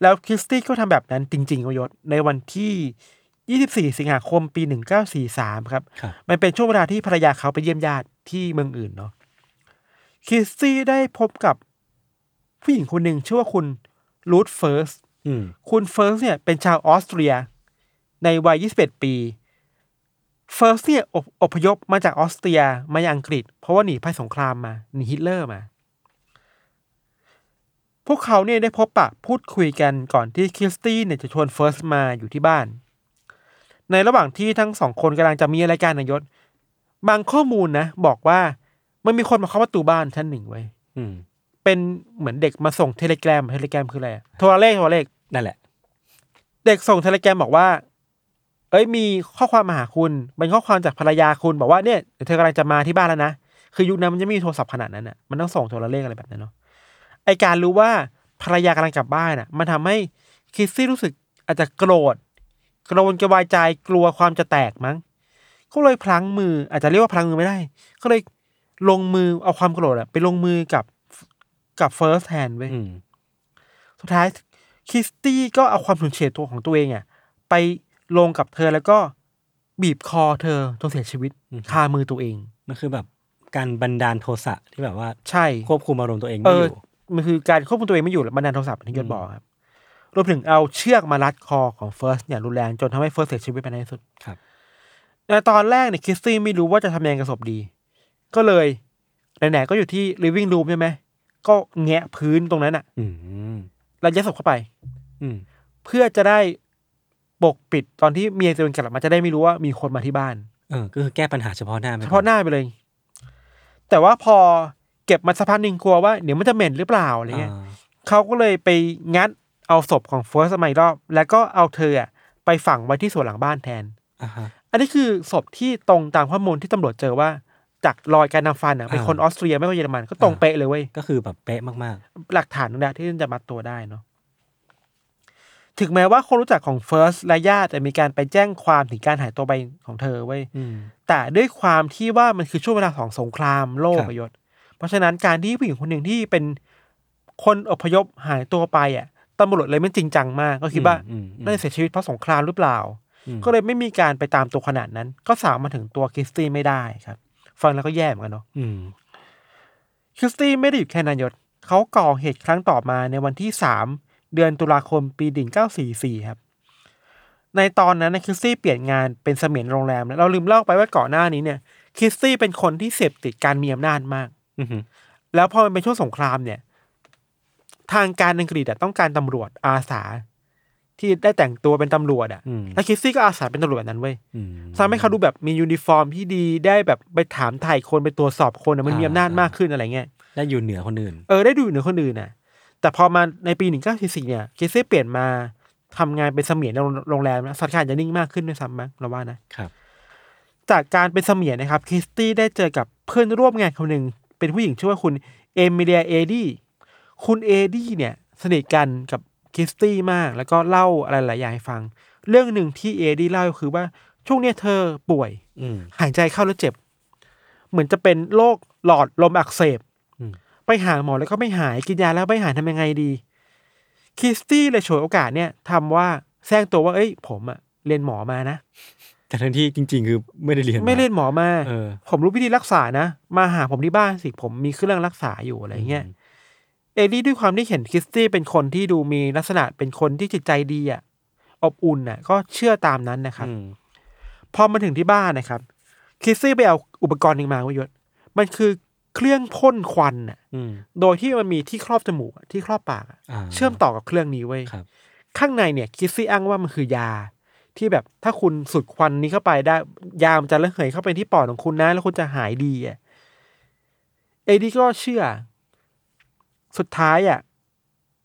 S3: แล้วคริสตี้ก็ทำแบบนั้นจริงๆโยศในวันที่ 24 สิงหาคมปี 1943 ครับ
S2: ครับ
S3: มันเป็นช่วงเวลาที่ภรรยาเขาไปเยี่ยมญาติที่เมืองอื่นเนาะคริสตี้ได้พบกับผู้หญิงคนหนึ่งชื่อว่าคุณรูธเฟิร์ส
S2: อืม
S3: คุณเฟิร์สเนี่ยเป็นชาวออสเตรีย ในวัย 21 ปี เฟิร์สเนี่ยอพอพยพมาจากออสเตรียมายังอังกฤษ เพราะว่าหนีภัยสงครามมาหนีฮิตเลอร์มา พวกเขาเนี่ยได้พบปะพูดคุยกันก่อนที่คริสตี้เนี่ยจะชวนเฟิร์สมาอยู่ที่บ้าน ในระหว่างที่ทั้งสองคนกำลังจะมีอะไรายการนายศ บางข้อมูลนะ บอกว่ามันมีคนมาเคาะประตูบ้านชั้นหนึ่งไว้ย
S2: อืม
S3: เป็นเหมือนเด็กมาส่งเทเลแกรมเทเลแกรมคืออะไรอะโทรเลขโทรเลข
S2: นั่นแหละ
S3: เด็กส่งเทเลแกรมบอกว่า เอ้ยมีข้อความมาหาคุณ เป็นข้อความจากภรรยาคุณบอกว่าเนี่ยเดี๋ยวเธอกำลังจะมาที่บ้านแล้วนะ คือยุคนั้นมันยังไม่มีโทรศัพท์ขนาดนั้นอ่ะ มันต้องส่งโทรเลขอะไรแบบนั้นเนาะ ไอการรู้ว่าภรรยากำลังกลับบ้านอ่ะ มันทำให้คริสซี่รู้สึกอาจจะโกรธกระวนกระวายใจกลัวความจะแตกมั้ง ก็เลยพลั้งมืออาจจะเรียกว่าพลั้งมือไม่ได้ ก็เลยลงมือเอาความโกรธอะไปลงมือกับกับเฟิร์สแทนเว้ย
S2: อืม
S3: สุดท้ายคริสตี้ก็เอาความสูญเสียตัวของตัวเองอ่ะไปลงกับเธอแล้วก็บีบคอเธอจนเสียชีวิตคามือตัวเอง
S2: มันคือแบบการบันดาลโทสะที่แบบว่า
S3: ใช่
S2: ควบคุมอารมณ์ตัวเอง
S3: เอ
S2: ไม่อ
S3: อยู่ มันคือการควบคุมตัวเองไม่อยู่บันดาลโทรศัพท์ที่ยศบอกครับรวมถึงเอาเชือกมารัดคอของเฟิร์สอย่างรุนแรงจนทำให้เฟิร์สเสียชีวิตไปในที่สุด
S2: ครับ
S3: ในตอนแรกเนี่ยคริสตี้ไม่รู้ว่าจะทำยังไงกับศพดี ก็เลยไหนๆก็อยู่ที่ living room ใช่ไหมก็แงะพื้นตรงนั้นอ่ะ
S2: อืม
S3: แล้วยัดศพเข้าไป
S2: อืม
S3: เพื่อจะได้ปกปิดตอนที่เมียตัวเองกลับมาจะได้ไม่รู้ว่ามีคนมาที่บ้าน
S2: เออก็คือแก้ปัญหาเฉพาะหน้าไป
S3: เฉ
S2: ก่อ
S3: พาะหน้าไปเลย แต่ว่าพอเก็บมาสักพักหนึ่งกลัวว่าเดี๋ยวมันจะเหม็นหรือเปล่าอะไรเงี้ย
S2: า
S3: เขาก็เลยไปงัดเอาศพของเฟิร์สมาอีกรอบ แล้วก็เอาเธออะไปฝังไว้ที่สวนหลังบ้านแทน
S2: อ่าฮะ
S3: อันนี้คือศพที่ตรงตามข้อมูลที่ตำรวจเจอว่า จากรอยการนำฟันอ่ะเป็น
S2: อ่า
S3: คนออสเตรียไม่ก็เยอรมันก็ตรงเป๊ะเลยเว้ย
S2: ก็คือแบบเป๊ะมาก
S3: หลักฐานนั่นแหละที่จะมัดตัวได้เนาะ ถึงแม้ว่าคนรู้จักของเฟิร์สและญาติจะมีการไปแจ้งความถึงการหายตัวไปของเธอเว้ย
S2: ๆ อืม
S3: แต่ด้วยความที่ว่ามันคือช่วงเวลาของสงครามโล
S2: ค
S3: ก
S2: รับ
S3: อะยศ เพราะฉะนั้นการที่ผู้หญิงคนหนึ่งที่เป็นคนอพยพหายตัวไปอ่ะตำรวจเลยไม่จริงจังมาก ก็คิดว่า
S2: อืมอืม
S3: น่าจะเสียชีวิตเพราะสงครามหรือเปล่า
S2: อืม
S3: ก็เลยไม่มีการไปตามตัวขนาดนั้น ก็สาวมาถึงตัวคริสตี้ไม่ได้ครับ ฟังแล้วก็แย่เหมือนกันเนาะ
S2: อืม
S3: คริสตี้ไม่ได้อยู่แค่นายศเขาก่อเหตุครั้งต่อมาในวันที่ 3 เดือนตุลาคมปีดิ่ง944 ครับ ในตอนนั้นนะคริสตี้เปลี่ยนงานเป็นเสมียนโรงแรมแล้วเราลืมเล่าไปว่าก่อนหน้านี้เนี่ยคริสตี้เป็นคนที่เสพติดการมีอำนาจมาก
S2: อืม
S3: แล้วพอมันเป็นช่วงสงครามเนี่ย ทางการอังกฤษอะต้องการตำรวจอาสา ที่ได้แต่งตัวเป็นตำรวจอะ
S2: อืม
S3: แล้วคริสตี้ก็อาสาเป็นตำรวจแบบนั้นเว้ย
S2: อืม
S3: ทำให้เขาดูแบบมียูนิฟอร์มที่ดีได้แบบไปถามถ่ายคนไปตรวจสอบคนอะมันมี
S2: อ่า
S3: อำนาจมากขึ้นอะไรเงี้ย
S2: ได้อยู่เหนือคนอื่น
S3: เออได้ดูเหนือคนอื่นน่ะ แต่พอมาในปี 1944เนี่ยเคเซ่เปลี่ยนมาทำงานเป็นเสมียนในโรงแรมนะสัตว์ขารจะนิ่งมากขึ้นด้วยซ้ำมั้งเราว่านะครับ จากการเป็นเสมียนนะครับคริสตี้ได้เจอกับเพื่อนร่วมงานคนหนึ่งเป็นผู้หญิงชื่อว่าคุณเอมิเลียเอดีคุณเอดีเนี่ยสนิทกันกับคริสตี้มากแล้วก็เล่าอะไรหลายอย่างให้ฟัง เรื่องหนึ่งที่เอดีเล่าก็คือว่าช่วงเนี้ยเธอป่วย
S2: อืม
S3: หายใจเข้าแล้วเจ็บ เหมือนจะเป็นโรคหลอดลมอักเสบ
S2: อืม
S3: ไปหาหมอแล้วก็ไม่หายกินยาแล้วไม่หายทำยังไงดี คริสตี้เลยฉวยโอกาสเนี่ยทำว่าแซงตัวว่าเอ้ย ผมอะเรียนหมอมานะ
S2: แต่ทั้งที่จริง ๆ คือไม่ได้เรียน
S3: ไม่เรียนหมอมา
S2: เออ
S3: ผมรู้วิธีรักษานะ มาหาผมที่บ้านสิผมมีเครื่องรักษาอยู่อะไรเงี้ยเอลลี่ด้วยความที่เห็นคริสตี้เป็นคนที่ดูมีลักษณะเป็นคนที่จิตใจดีอะอบอุ่นน่ะ ก็เชื่อตามนั้นนะครับ
S2: อืม
S3: พอมาถึงที่บ้านนะครับคริสซี่ไปเอาอุปกรณ์หนึ่งมาเว้ยยศมันคือเครื่องพ่นควันน่ะ
S2: อืม
S3: โดยที่มันมีที่ครอบจมูกอะที่ครอบปากอะ
S2: า
S3: เชื่อมต่อกับเครื่องนี้เว้ย
S2: ครับ
S3: ข้างในเนี่ยคริสซี่อ้างว่ามันคือยา ที่แบบถ้าคุณสูดควันนี้เข้าไปได้ ยามันจะระเหยเข้าไปที่ปอดของคุณนะ แล้วคุณจะหายดีอะเอดีก็เชื่อ สุดท้ายอ่ะ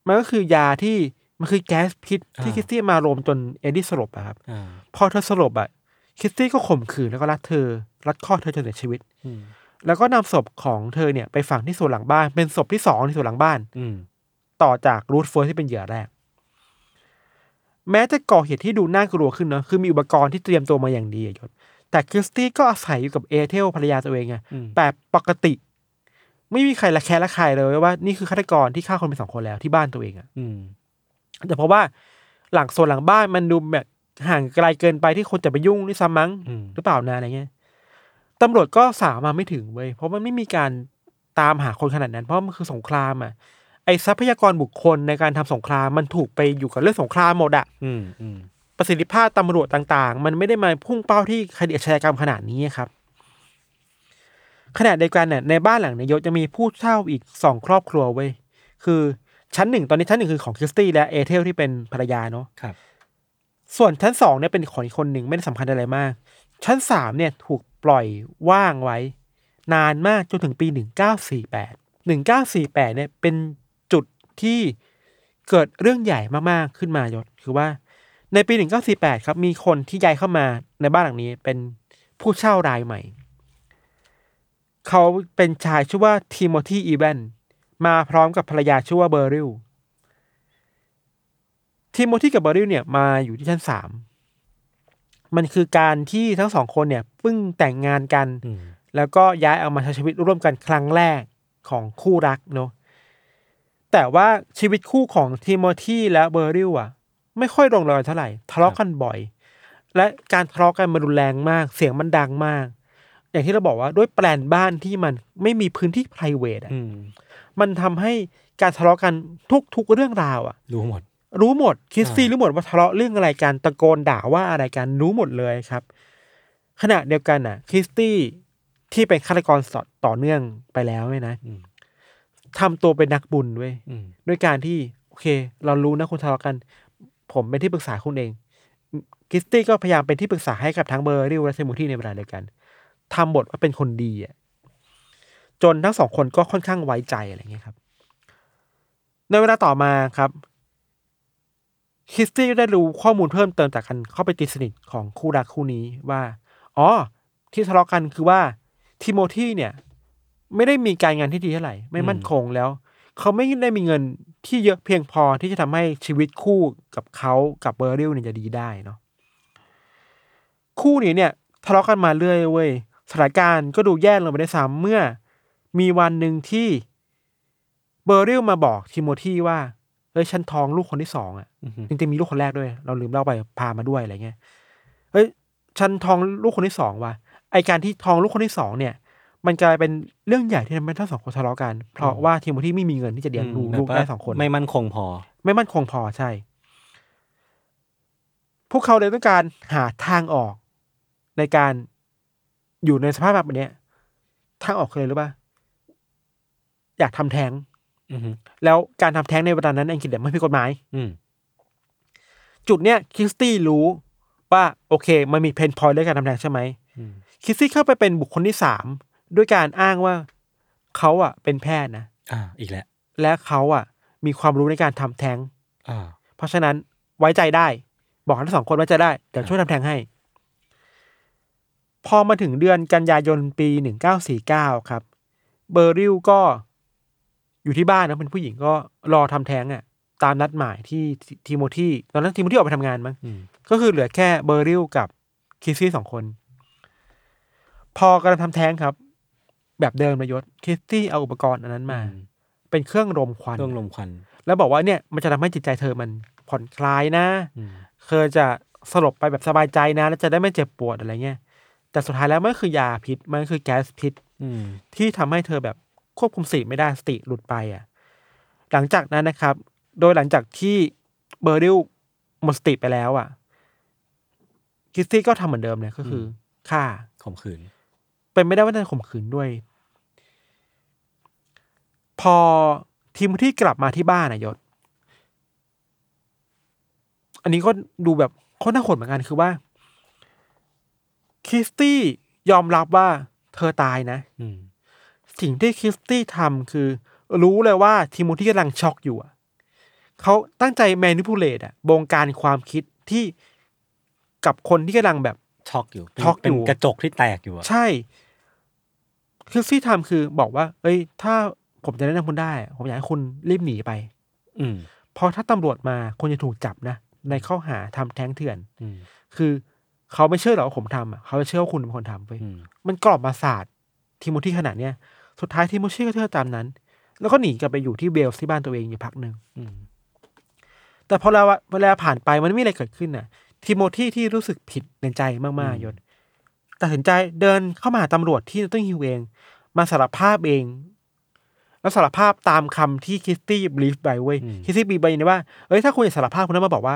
S3: มันก็คือยาที่มันคือแก๊สพิษ ที่
S2: อ่า
S3: คริสซี่มารวมจนเอดีสลบอะครับ
S2: อ่า
S3: พอเธอสลบอ่ะคริสตี้ก็ข่มขืนแล้วก็รัดเธอ รัดข้อเธอจนเสียชีวิต
S2: อืม
S3: แล้วก็นำศพของเธอเนี่ยไปฝังที่สวนหลังบ้าน เป็นศพที่สองในสวนหลังบ้าน
S2: อืม
S3: ต่อจากรูทเฟิร์สที่เป็นเหยื่อแรก แม้จะก่อเหตุที่ดูน่ากลัวขึ้นเนอะคือมีอุปกรณ์ที่เตรียมตัวมาอย่างดีอะยศแต่คริสตี้ก็อาศัยอยู่กับเอเทลภรรยาตัวเองไง
S2: อืม
S3: แบบปกติ ไม่มีใครละแคะละคายเลยว่านี่คือฆาตกรที่ฆ่าคนไปสองคนแล้วที่บ้านตัวเองอะ
S2: อืม
S3: แต่เพราะว่าหลังโซนหลังบ้านมันดูแบบห่างไกลเกินไปที่คนจะไปยุ่งด้วยซ้ำมั้ง
S2: อืม
S3: หรือเปล่านะอะไรเงี้ยตำรวจก็สาวมาไม่ถึงเว้ยเพราะมันไม่มีการตามหาคนขนาดนั้น เพราะมันคือสงครามอ่ะไอทรัพยากรบุคคลในการทำสงครามมันถูกไปอยู่กับเรื่องสงครามหมดอะ
S2: อืมอืม
S3: ประสิทธิภาพตำรวจต่างๆ มันไม่ได้มาพุ่งเป้าที่คดีอาชญากรรมขนาดนี้ครับขณะเดียวกันเนี่ยในบ้านหลังเนยยศจะมีผู้เช่าอีกสองครอบครัวเว้ยคือชั้นหนึ่งตอนนี้ชั้นหนึ่งคือของคริสตี้และเอเทลที่เป็นภรรยาเนาะ
S2: ครับ
S3: ส่วนชั้นสองเนี่ยเป็นของอีกคนหนึ่งไม่ได้สำคัญอะไรมาก ชั้นสามเนี่ยถูกปล่อยว่างไว้ นานมากจนถึงปี 1948 1948เนี่ยเป็นจุดที่เกิดเรื่องใหญ่มากๆขึ้นมายศคือว่าในปี 1948 ครับมีคนที่ย้ายเข้ามาในบ้านหลังนี้เป็นผู้เช่ารายใหม่ เขาเป็นชายชื่อว่าทิโมธีอีแวนมาพร้อมกับภรรยาชื่อว่าเบอร์ริล ทีมโมที่กับเบอริลเนี่ยมาอยู่ที่ชั้นสาม มันคือการที่ทั้งสองคนเนี่ยเพิ่งแต่งงานกัน
S2: อืม
S3: แล้วก็ย้ายเอามาใช้ชีวิตร่วมกันครั้งแรกของคู่รักเนาะ แต่ว่าชีวิตคู่ของทีโมธีและเบอริลอะไม่ค่อยลงรอยเท่าไหร่ ทะเลาะกันบ่อย และการทะเลาะกันมันรุนแรงมาก เสียงมันดังมาก อย่างที่เราบอกว่าด้วยแปลนบ้านที่มันไม่มีพื้นที่ p r i v a t อะ
S2: อืม
S3: มันทำให้การทะเลาะกันทุกๆเรื่องราวอะ
S2: รู้หมด
S3: รู้หมดคริสซี่
S2: อ่า
S3: รู้หมดว่าทะเลาะเรื่องอะไรกันตะโกนด่าว่าอะไรกันรู้หมดเลยครับ ขณะเดียวกันน่ะคริสตี้ที่เป็นฆาตกรสอดต่อเนื่องไปแล้วเนี่ยนะ
S2: อืม
S3: ทำตัวเป็นนักบุญเว้ย
S2: อืม
S3: ด้วยการที่ โอเค เรารู้นะคุณทะเลาะกัน ผมเป็นที่ปรึกษาคุณเอง คริสตี้ก็พยายามเป็นที่ปรึกษาให้กับทั้งเบอร์ริวและเซมูที่ในเวลาเดียวกันทำบทว่าเป็นคนดีอะจนทั้งสองคนก็ค่อนข้างไว้ใจอะไรเงี้ยครับ ในเวลาต่อมาครับคริสตี้ก็ได้รู้ข้อมูลเพิ่มเติมจากการเข้าไปติดสนิทของคู่รักคู่นี้ว่า อ๋อ ที่ทะเลาะกันคือว่าทิโมธีเนี่ย ไม่ได้มีการงานที่ดีเท่าไหร่ ไม่มั่นคงแล้ว เขาไม่ได้มีเงินที่เยอะเพียงพอที่จะทำให้ชีวิตคู่กับเขากับเบอร์ริลเนี่ยจะดีได้เนาะคู่นี้เนี่ยทะเลาะกันมาเรื่อยเว้ยสถานการณ์ก็ดูแย่ลงไปได้ซ้ำเมื่อ มีวันหนึ่งที่เบอร์ริลมาบอกทิโมธีว่าเฮ้ยฉันท้องลูกคนที่สองอ่ะ
S2: อือหือ
S3: จริงๆมีลูกคนแรกด้วย เราลืมเล่าไปพามาด้วยอะไรเงี้ยเฮ้ยฉันท้องลูกคนที่สองว่ะไอการที่ท้องลูกคนที่สองเนี่ย มันกลายเป็นเรื่องใหญ่ที่ทำให้ทั้งสองคนทะเลาะกัน เพราะว่าทีมที่ไม่มีเงินที่จะเลี้ยงดู
S2: แบบ
S3: ลูก
S2: ว่า
S3: ได้สองคน
S2: ไม่มั่นคงพอ
S3: ไม่มั่นคงพอใช่ พวกเขาเลยต้องการหาทางออก ในการอยู่ในสภาพแบบเนี้ยทางออกคืออะไรรู้ป่ะอยากทำแท้ง
S2: อือหือ
S3: แล้วการทำแท้งในเวลานั้นในอังกฤษเนี่ยไม่ผิดกฎหมาย
S2: อืม
S3: จุดเนี้ยคริสตี้รู้ว่าโอเค มันมีเพนพอยต์เรื่องการทำแท้งใช่ไหม
S2: อืม
S3: คริสตี้เข้าไปเป็นบุคคลที่สามด้วยการอ้างว่าเขาอ่ะเป็นแพทย์นะ
S2: อ่าอีกแล้ว
S3: และเขาอ่ะมีความรู้ในการทำแท้ง
S2: อ่า
S3: เพราะฉะนั้นไว้ใจได้ บอกทั้งสองคนไว้ใจได้เดี๋ยวช่วยทำแท้งให้ พอมาถึงเดือนกันยายนปีหนึ่งเก้าสี่เก้าครับ เบอร์ริลก็อยู่ที่บ้านนะเป็นผู้หญิงก็รอทำแท้งอ่ะ ตามนัดหมายที่ทีโมธีตอนนั้นทีโมธีออกไปทำงานมั้ง
S2: อืม
S3: ก็คือเหลือแค่เบอร์ริลกับคิสซี่สองคน พอกำลังทำแท้งครับ แบบเดิมประยศคิสซี่เอาอุปกรณ์อันนั้นมา เป็นเครื่องรมควัน
S2: เครื่องลมควัน
S3: แล้วบอกว่าเนี่ยมันจะทำให้จิตใจเธอมันผ่อนคลายนะ
S2: อืม
S3: เธอจะสลบไปแบบสบายใจนะ แล้วจะได้ไม่เจ็บปวดอะไรเงี้ยแต่สุดท้ายแล้วมันก็คือยาพิษ มันคือแก๊สพิษ
S2: อืม
S3: ที่ทำให้เธอแบบควบคุมสติไม่ได้สติหลุดไปอ่ะ หลังจากนั้นนะครับ โดยหลังจากที่เบอร์ริลหมดสติไปแล้วอ่ะคริสตี้ก็ทำเหมือนเดิมเลยก็คืออฆ่า
S2: ข่มขืน
S3: เป็นไม่ได้ว่าจะข่มขืนด้วย พอทีมที่กลับมาที่บ้านนายศ อันนี้ก็ดูแบบโคตรน่าโหดเหมือนกันคือว่าคริสตี้ยอมรับว่าเธอตายนะ
S2: อืม
S3: สิ่งที่คริสตี้ทำคือ รู้เลยว่าทีโมที่กำลังช็อกอยู่อะเขาตั้งใจแมนิพูเลตอะบงการความคิดที่กับคนที่กำลังแบบ
S2: ช็อกอยู่เป็น
S3: ช็อกอยู่
S2: เป็นกระจกที่แตกอยู่อะ
S3: ใช่คริสตี้ทำคือบอกว่า เอ้ย ถ้าผมจะแนะนำคุณได้อะผมอยากให้คุณรีบหนีไป
S2: อืม
S3: เพราะถ้าตำรวจมาคุณจะถูกจับนะ ในข้อหาทำแท้งเถื่อน
S2: อืม
S3: คือเขาไม่เชื่อหรอกว่าผมทำอะเขาจะเชื่อว่าคุณเป็นคนทำไป
S2: อืม
S3: มันกรอบมาศาสตร์ทิโมธีขนาดเนี้ยสุดท้ายทิโมธีก็เชื่อตามนั้น แล้วก็หนีกลับไปอยู่ที่เวลส์ที่บ้านตัวเองอยู่พักหนึ่ง
S2: อืม
S3: แต่พอเราเวลาผ่านไปมันไม่มีอะไรเกิดขึ้นน่ะทิโมธีที่รู้สึกผิดในใจมากๆยศตัดสินใจเดินเข้ามาหาตำรวจที่ต้นฮิวเอง มาสารภาพเอง แล้วสารภาพตามคำที่คริสตี้บลีฟไปเว้ยคริสตี้บลีฟไปนะว่าเอ้ยถ้าคุณจะสารภาพคุณต้องมาบอกว่า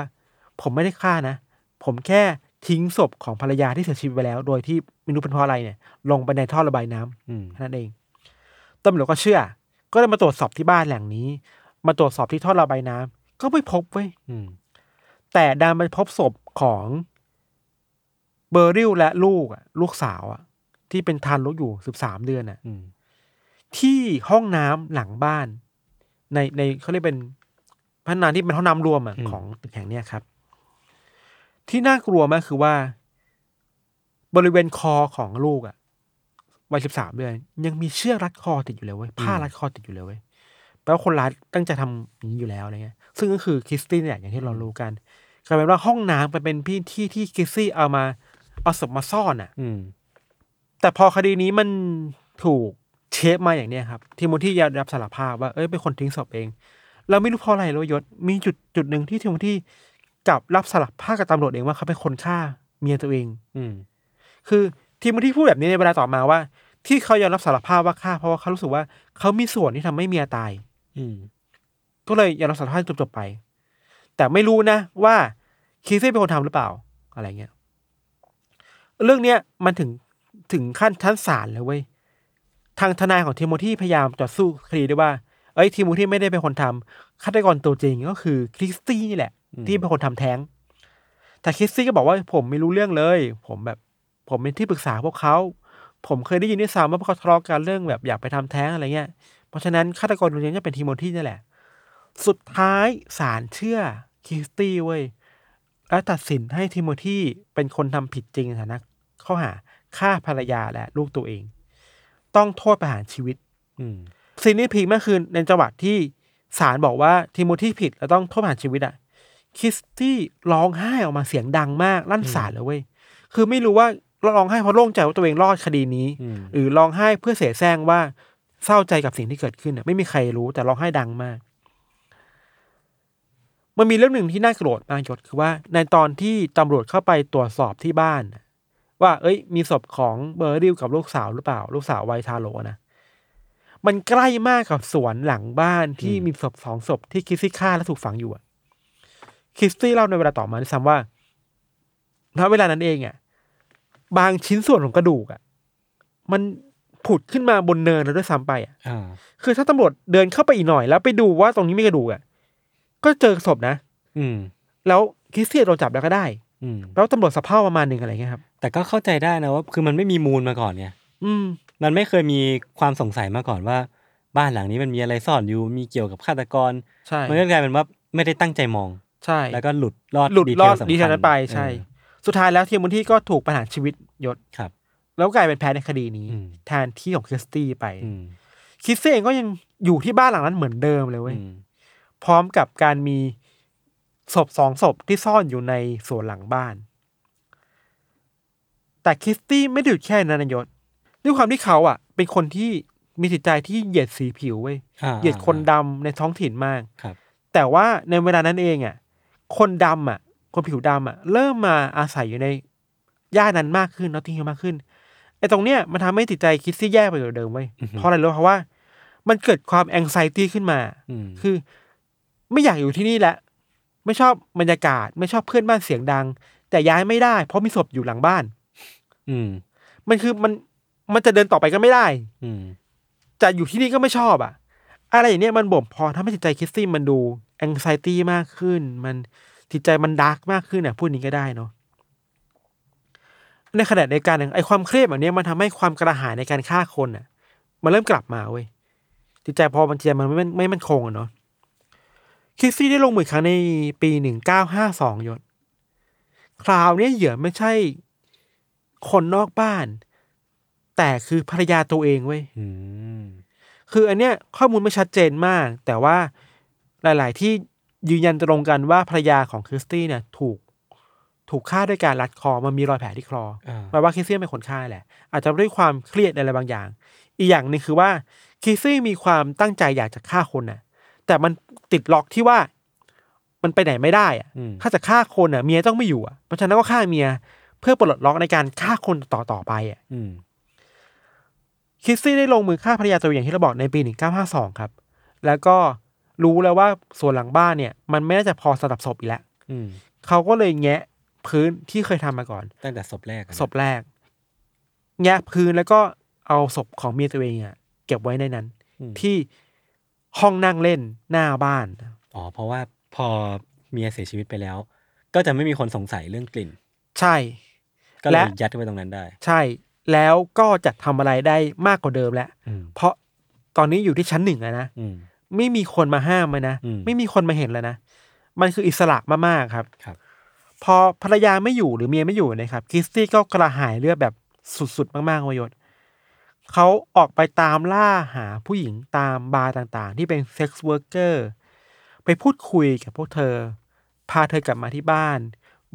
S3: ผมไม่ได้ฆ่านะ ผมแค่ทิ้งศพของภรรยาที่เสียชีวิตไปแล้ว โดยที่ไม่รู้เป็นเพราะอะไรเนี่ย ลงไปในท่อระบายน้ำ
S2: อืม
S3: แค่นั้นเอง ตำรวจก็เชื่อ ก็เลยมาตรวจสอบที่บ้านหลังนี้ มาตรวจสอบที่ท่อระบายน้ำก็ไม่พบเว้ย
S2: อืม
S3: แต่ดันไปพบศพของเบอร์ริลและลูกอะลูกสาวอะที่เป็นทานลูกอยู่สิบสามเดือนอะ
S2: อืม
S3: ที่ห้องน้ำหลังบ้าน ในในเขาเรียกเป็นพนักงานที่เป็นห้องน้ำรวมอะของตึกแห่งเนี้ยครับ ที่น่ากลัวมากคือว่า บริเวณคอของลูกอะวัยสิบสามเดือน ยังมีเชือกรัดคอติดอยู่เลยเว้ยผ้ารัดคอติดอยู่เลยเว้ยแปลว่าคนร้ายตั้งใจทำอย่างนี้อยู่แล้วอะไรเงี้ย ซึ่งก็คือคริสตี้เนี่ยอย่างที่เรารู้กันกลายเป็นว่าห้องน้ำมันเป็นพี่ที่ที่คริสตี้เอามาเอาศพมาซ่อนอะ
S2: อืม
S3: แต่พอคดีนี้มันถูกเชฟมาอย่างเนี้ยครับ ทีโมที่ยอมรับสารภาพว่าเอ้ยเป็นคนทิ้งศพเอง เราไม่รู้เพราะอะไรเลยยศมีจุดจุดหนึ่งที่ทีโมที่กลับรับสารภาพกับตำรวจเองว่าเขาเป็นคนฆ่าเมียตัวเอง
S2: อืม
S3: คือทีมที่พูดแบบนี้ในเวลาต่อมาว่า ที่เขายอมรับสารภาพว่าฆ่าเพราะว่าเขารู้สึกว่าเขามีส่วนที่ทำให้เมียตาย
S2: อืม
S3: ก็เลยยอมรับสารภาพจบๆไป แต่ไม่รู้นะว่าคริสซี่เป็นคนทำหรือเปล่าอะไรเงี้ยเรื่องเนี้ยมันถึงถึงขั้นชั้นศาลเลยเว้ยทางทนายของทีโมธีพยายามต่อสู้คดีด้วยว่า เอ้ยทีโมธีไม่ได้เป็นคนทำฆาตกรตัวจริงก็คือคริสตี้นี่แหละ ที่เป็นคนทำแท้ง แต่คริสซี่ก็บอกว่าผมไม่รู้เรื่องเลย ผมแบบ ผมเป็นที่ปรึกษาพวกเขา ผมเคยได้ยินด้วยซ้ำว่าพวกเขาทะเลาะกันเรื่องแบบอยากไปทำแท้งอะไรเงี้ย เพราะฉะนั้นฆาตกรคนนี้จะเป็นทีโมธีนี่แหละ สุดท้ายศาลเชื่อคริสตี้เว้ยและตัดสินให้ทีโมธีเป็นคนทำผิดจริงในฐานะข้อหาฆ่าภรรยาและลูกตัวเอง ต้องโทษประหารชีวิต
S2: อืม
S3: ซีนนี้พีคมากคือในจังหวะที่ศาลบอกว่าทิโมธีผิดแล้วต้องโทษประหารชีวิตอะคริสตี้ร้องไห้ออกมาเสียงดังมากลั่นศาลเลยเว้ยคือไม่รู้ว่าร้องไห้เพราะโล่งใจว่าตัวเองรอดคดีนี้
S2: อืม
S3: หรือร้องไห้เพื่อเสแสร้งว่าเศร้าใจกับสิ่งที่เกิดขึ้นอะไม่มีใครรู้แต่ร้องไห้ดังมาก มันมีเรื่องหนึ่งที่น่าโกรธมากยศคือว่า ในตอนที่ตำรวจเข้าไปตรวจสอบที่บ้านน่ะว่า เอ้ย มีศพของเบอร์ริลกับลูกสาวหรือเปล่า ลูกสาววัยทาโรนะ มันใกล้มากกับสวนหลังบ้านที่มีศพสองศพที่คริสซี่ฆ่าและถูกฝังอยู่อะคริสซี่เล่าในเวลาต่อมาด้วยซ้ำว่าณเวลานั้นเองอะบางชิ้นส่วนของกระดูกอะมันผุดขึ้นมาบนเนินแล้วด้วยซ้ำไปอะ
S2: อ่า
S3: คือถ้าตำรวจเดินเข้าไปอีกหน่อยแล้วไปดูว่าตรงนี้ไม่กระดูกอ่ะก็เจอศพนะ
S2: อืม
S3: แล้วคริสเตียนโดนจับแล้วก็ได้
S2: อืม
S3: แล้วตำรวจสะเพร่าประมาณหนึ่งอะไรเงี้ยครับ
S2: แต่ก็เข้าใจได้นะว่า คือมันไม่มีมูลมาก่อนไง
S3: อืม
S2: มันไม่เคยมีความสงสัยมาก่อนว่า บ้านหลังนี้มันมีอะไรซ่อนอยู่ มีเกี่ยวกับฆาตกร
S3: ใช่
S2: มันก็กลายเป็นว่าไม่ได้ตั้งใจมอง
S3: ใช่
S2: แล้วก็หลุดรอด
S3: หลุดรอดดี
S2: เทลสำ
S3: เทล
S2: คัญ
S3: นั้นไปใช่
S2: เออ
S3: สุดท้ายแล้วทีมมูนที่ก็ถูกประหารชีวิตยศ
S2: ครับ
S3: แล้วกลายเป็นแพ้ในคดีนี้
S2: อืม
S3: แทนที่ของคริสตี้ไป
S2: อืม
S3: คริสเตียนเองก็ยังอยู่ที่บ้านหลังนั้นเหมือนเดิมเลยเว้ย
S2: อืม
S3: พร้อมกับการมีศพสองศพที่ซ่อนอยู่ในสวนหลังบ้าน แต่คริสตี้ไม่ได้หยุดแค่นั้นนะยศด้วยความที่เขาอ่ะ เป็นคนที่มีจิตใจที่เหยียดสีผิวเว้ย
S2: อ่า
S3: เหยียดคน
S2: อ่า
S3: ดำในท้องถิ่นมาก
S2: ครับ
S3: แต่ว่าในเวลานั้นเองอ่ะ คนดำอ่ะ คนผิวดำอ่ะ เริ่มมาอาศัยอยู่ในย่านนั้นมากขึ้นนอตติงฮิลมากขึ้นไอ้ตรงเนี้ยมันทำให้จิตใจคริสซี่แย่ไปกว่าเดิมเว้ย
S2: อือฮึ
S3: เพราะอะไรรู้ไหมเพราะว่า มันเกิดความแองไซตี้ขึ้นมา
S2: อืม
S3: คือไม่อยากอยู่ที่นี่แล้วไม่ชอบบรรยากาศ ไม่ชอบเพื่อนบ้านเสียงดัง แต่ย้ายไม่ได้ เพราะมีศพอยู่หลังบ้าน
S2: อืม
S3: มันคือมันมันจะเดินต่อไปก็ไม่ได้
S2: อืม
S3: จะอยู่ที่นี่ก็ไม่ชอบอ่ะ อะไรอย่างเนี้ยมันบ่มเพอทำให้จิตใจคริสซี่มันดูแองไซตี้มากขึ้น มันจิตใจมันดาร์กมากขึ้นอ่ะพูดอย่างนี้ก็ได้เนาะในขณะเดียวกันไอความเครียดแบบเนี้ยมันทำให้ความกระหายในการฆ่าคนอ่ะ มันเริ่มกลับมาเว้ยจิตใจพอมันจิตใจมันไม่ไม่มั่นคงอ่ะเนาะคริสซี่ได้ลงมืออีกครั้งในปีหนึ่งเก้าห้าสองยศคราวเนี้ยเหยื่อไม่ใช่คนนอกบ้าน แต่คือภรรยาตัวเองเว้ย
S2: อืม
S3: คืออันเนี้ยข้อมูลไม่ชัดเจนมาก แต่ว่าหลาย ๆ ที่ยืนยันตรงกันว่าภรรยาของคริสตี้เนี่ยถูกถูกฆ่าด้วยการรัดคอมันมีรอยแผลที่คอ
S2: อ่า
S3: หมายว่าคริสตี้เป็นคนฆ่าแหละ อาจจะด้วยความเครียดอะไรบางอย่าง อีกอย่างหนึ่งคือว่าคริสตี้มีความตั้งใจอยากจะฆ่าคนน่ะ แต่มันติดล็อกที่ว่ามันไปไหนไม่ได้อะ
S2: อืม
S3: ถ้าจะฆ่าคนน่ะเมียต้องไม่อยู่อะเพราะฉะนั้นก็ฆ่าเมียเพื่อปลดล็อกในการฆ่าคนต่อต่อๆไปอะ
S2: อืม
S3: คริสซี่ได้ลงมือฆ่าภรรยาตัวเองอย่างที่เราบอกในปี 1952 ครับ แล้วก็รู้แล้วว่าส่วนหลังบ้านเนี่ย มันไม่น่าจะพอสำหรับศพอีกแล้ว
S2: อืม
S3: เขาก็เลยแงะพื้นที่เคยทำมาก่อน
S2: ตั้งแต่ศพแรกอะนะ
S3: ศพแรก แงะพื้นแล้วก็เอาศพของเมียตัวเองอะเก็บไว้ในนั้น
S2: อืม
S3: ที่ห้องนั่งเล่นหน้าบ้าน
S2: อ๋อเพราะว่าพอเมียเสียชีวิตไปแล้ว ก็จะไม่มีคนสงสัยเรื่องกลิ่น
S3: ใช่
S2: ก็เล
S3: และ
S2: ยยัดไว้ตรงนั้นได้
S3: ใช่ แล้วก็จะทำอะไรได้มากกว่าเดิมแล้ว
S2: อืม
S3: เพราะตอนนี้อยู่ที่ชั้นหนึ่งแล้วนะ
S2: อืม
S3: ไม่มีคนมาห้ามมันนะ
S2: อืม
S3: ไม่มีคนมาเห็นแล้วนะ มันคืออิสระมากๆครับ
S2: ครับ
S3: พอภรรยาไม่อยู่หรือเมียไม่อยู่นะครับคริสตี้ก็กระหายเลือดแบบสุดๆ มากๆวายศเขาออกไปตามล่าหาผู้หญิงตามบาร์ต่างๆ ที่เป็นเซ็กซ์เวิร์กเกอร์ ไปพูดคุยกับพวกเธอ พาเธอกลับมาที่บ้าน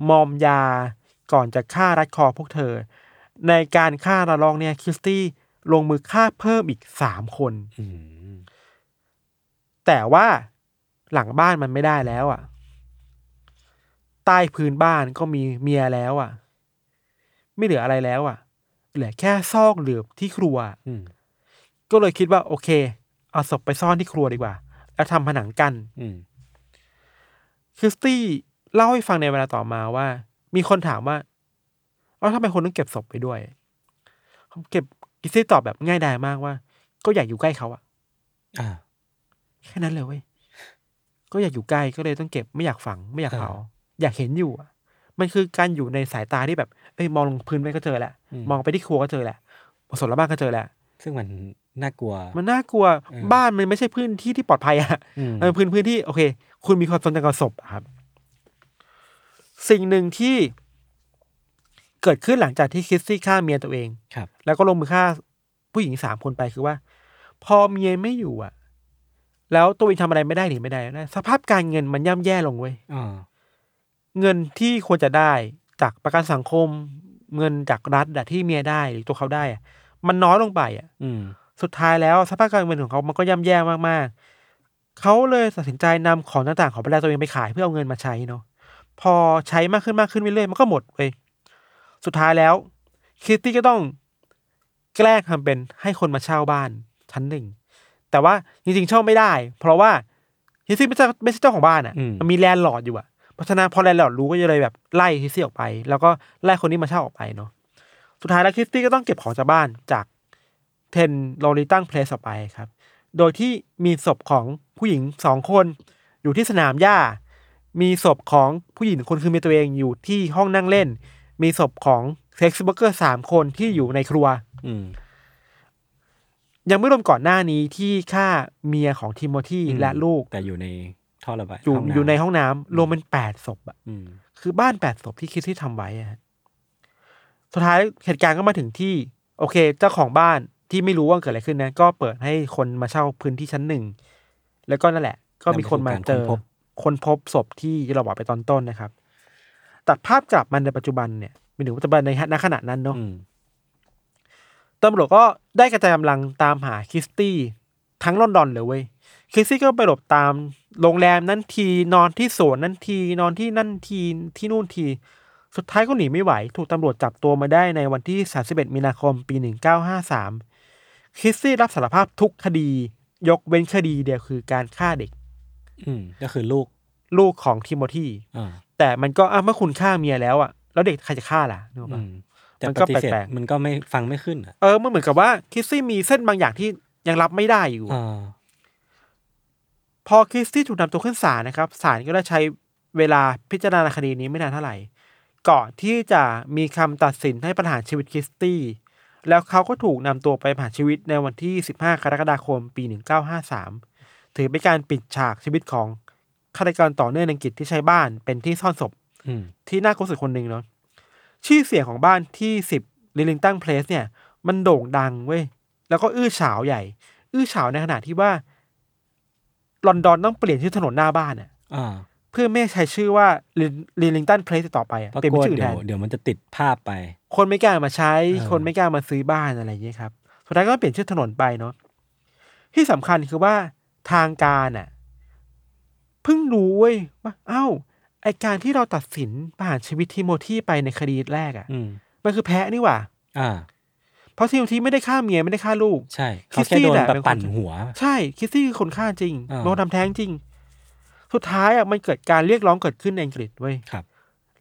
S3: มอมยาก่อนจะฆ่ารัดคอพวกเธอ ในการฆ่าระลอกเนี่ยคริสตี้ลงมือฆ่าเพิ่มอีกสามคน
S2: อืม
S3: แต่ว่าหลังบ้านมันไม่ได้แล้วอ่ะ ใต้พื้นบ้านก็มีเมียแล้วอ่ะ ไม่เหลืออะไรแล้วอ่ะ เหลือแค่ซอกเหลือบที่ครัว
S2: อืม
S3: ก็เลยคิดว่าโอเค เอาศพไปซ่อนที่ครัวดีกว่า แล้วทำผนังกัน
S2: อืม
S3: คริสตี้เล่าให้ฟังในเวลาต่อมาว่า มีคนถามว่าเอาทำไมคนต้องเก็บศพไปด้วยเก็บคริสตี้ตอบแบบง่ายดายมากว่า ก็อยากอยู่ใกล้เขาอ่ะ
S2: อ่า
S3: แค่นั้นเลยเว้ย ก็อยากอยู่ใกล้ก็เลยต้องเก็บไม่อยากฝัง ไม่อยากเผา
S2: อ่า
S3: อยากเห็นอยู่อะ มันคือการอยู่ในสายตาที่แบบเอ้ยมองลงพื้นไปก็เจอแหละ
S2: อืม
S3: มองไปที่ครัวก็เจอแหละบนสวนละบ้านก็เจอแหละ
S2: ซึ่งมันน่ากลัว
S3: มันน่ากลัว
S2: เออ
S3: บ้านมันไม่ใช่พื้นที่ที่ปลอดภัยอะ
S2: อืม
S3: เออพื้นพื้นที่โอเค คุณมีความสนใจกับศพอะครับ สิ่งหนึ่งที่เกิดขึ้นหลังจากที่คริสซี่ฆ่าเมียตัวเอง
S2: ครับ
S3: แล้วก็ลงมือฆ่าผู้หญิงสามคนไปคือว่า พอเมียไม่อยู่อะแล้วตัวเองทำอะไรไม่ได้หรือไม่ได้นะสภาพการเงินมันย่ำแย่ลงเว้ย
S2: อ่า
S3: เงินที่ควรจะได้จากประกันสังคม เงินจากรัฐอะที่เมียได้หรือตัวเขาได้อะมันน้อยลงไปอะ
S2: อืม
S3: สุดท้ายแล้วสภาพการเงินของเขามันก็ย่ำแย่มากๆ เขาเลยตัดสินใจนำของต่างๆของภรรยาตัวเองไปขายเพื่อเอาเงินมาใช้เนาะ พอใช้มากขึ้นมากขึ้นเรื่อยๆมันก็หมดเว้ยสุดท้ายแล้วคิตตี้ก็ต้องแกล้งทำเป็นให้คนมาเช่าบ้านชั้นหนึ่ง แต่ว่าจริงๆเช่าไม่ได้ เพราะว่าคิตตี้ไม่ใช่ไม่ใช่เจ้าของบ้านอะ่ะ
S2: อืม
S3: มันมีแลนด์ลอร์ดอยู่อะ่ะ เพราะฉะนั้นพอแลนด์ลอร์ดรู้ก็เลยแบบไล่คิตตี้ออกไป แล้วก็ไล่คนนี้มาเช่าออกไปเนาะ สุดท้ายแล้วคิตตี้ก็ต้องเก็บของจากบ้านจากเทนโลลิตั้งเพลสออกไปครับ โดยที่มีศพของผู้หญิงสองคน อยู่ที่สนามหญ้า มีศพของผู้หญิงคนคือเมียตัวเองอยู่ที่ห้องนั่งเล่น มีศพของเซ็กซ์เบอร์เกอร์สามคนที่อยู่ในครัว
S2: อืม
S3: ยังไม่รวมก่อนหน้านี้ที่ฆ่าเมียของทิโมธี
S2: อืม
S3: และลูก
S2: แต่อยู่ในท่อระบาย
S3: อยู่
S2: ห้งำ
S3: อยู่ในห้องน้ำรวมเป็นแปดศพอะ
S2: อืม
S3: คือบ้านแปดศพที่คิดที่ทำไว้อะฮะสุดท้ายเหตุการณ์ก็มาถึงที่ โอเค เจ้าของบ้านที่ไม่รู้ว่าเกิดอะไรขึ้นนะ ก็เปิดให้คนมาเช่าพื้นที่ชั้นหนึ่ง แล้วก็นั่นแหละ ก็มีคนมาเจอ
S2: นำไปสู่การค้นพบ
S3: คนพบศพที่เราบอกไปตอนต้นนะครับ ตัดภาพกลับมาในปัจจุบันเนี่ยหมันถึงปัจจุบันในณขณะนั้นเนาะ
S2: อืม
S3: ตำรวจก็ได้กระจายกำลังตามหาคริสตี้ทั้งลอนดอนเลยเว้ยคริสตี้ก็ไปหลบตามโรงแรมนั้นทีนอนที่สวนนั้นทีนอนที่นั่นทีที่นู่นที สุดท้ายก็หนีไม่ไหว ถูกตำรวจจับตัวมาได้ในวันที่ 31 มีนาคมปี 1953คริสตี้รับสารภาพทุกคดี ยกเว้นคดีเดียวคือการฆ่าเด็ก
S2: อืม ก็คือลูก
S3: ลูกของทิโมธี
S2: อ่า
S3: แต่มันก็อ่ะเมื่อคุณฆ่าเมียแล้วอ่ะแล้วเด็กใครจะฆ่าล่ะนึกออกปะ
S2: อืมแต่
S3: มัน
S2: ป
S3: ก็
S2: ฏิเสธ
S3: แปลกๆ
S2: มันก็ไม่ฟังไม่ขึ้นอ่ะ
S3: เออมันเหมือนกับว่าคริสซี่มีเส้นบางอย่างที่ยังรับไม่ได้อยู่
S2: อ่า
S3: พอคริสตี้ถูกนำตัวขึ้นศาลนะครับศาลก็ได้ใช้เวลาพิจารณาคดีนี้ไม่นานเท่าไหร่ ก่อนที่จะมีคำตัดสินให้ประหารชีวิตคริสตี้ แล้วเขาก็ถูกนำตัวไปประหารชีวิตในวันที่ 15 กรกฎาคม ปี 1953 ถือเป็นการปิดฉากชีวิตของฆาตกรต่อเนื่องในอังกฤษที่ใช้บ้านเป็นที่ซ่อนศพ
S2: อืม
S3: ที่น่ากลัวสุดคนหนึ่งเนาะชื่อเสียงของบ้านที่สิบลิลิงตันเพลสเนี่ย มันโด่งดังเว้ย แล้วก็อื้อฉาวใหญ่ อื้อฉาวในขณะที่ว่า ลอนดอนต้องเปลี่ยนชื่อถนนหน้าบ้านอะ
S2: อ่า
S3: เพื่อไม่ให้ใช้ชื่อว่าลิลิงตันเพลสต่อไปอะ
S2: เพราะ
S3: เปลี่
S2: กลัว
S3: ยนเป็นชื่ออื่น
S2: เดี๋ย
S3: แท
S2: วน เดี๋ยวมันจะติดภาพไป
S3: คนไม่กล้ามาใช้
S2: เออ
S3: คนไม่กล้ามาซื้อบ้านอะไรอย่างเงี้ยครับสุดท้ายก็เปลี่ยนชื่อถนนไปเนาะ ที่สำคัญคือว่าทางการอ่ะเพิ่งรู้เว้ยว่าเอ้า ไอการที่เราตัดสินประหารชีวิตทิโมธีไปในคดีแรกอ่ะ
S2: อืม
S3: มันคือแพ้นี่หว่า
S2: อ่า
S3: เพราะทิโมธีไม่ได้ฆ่าเมียไม่ได้ฆ่าลูก
S2: ใช่เขาแค่โดนแบบปั่นหัว
S3: ใช่คริสตี้คือคนฆ่าจริง
S2: อ่า
S3: โดนทำแท้งจริง สุดท้ายอ่ะมันเกิดการเรียกร้องเกิดขึ้นในอังกฤษเว้ย
S2: ครับ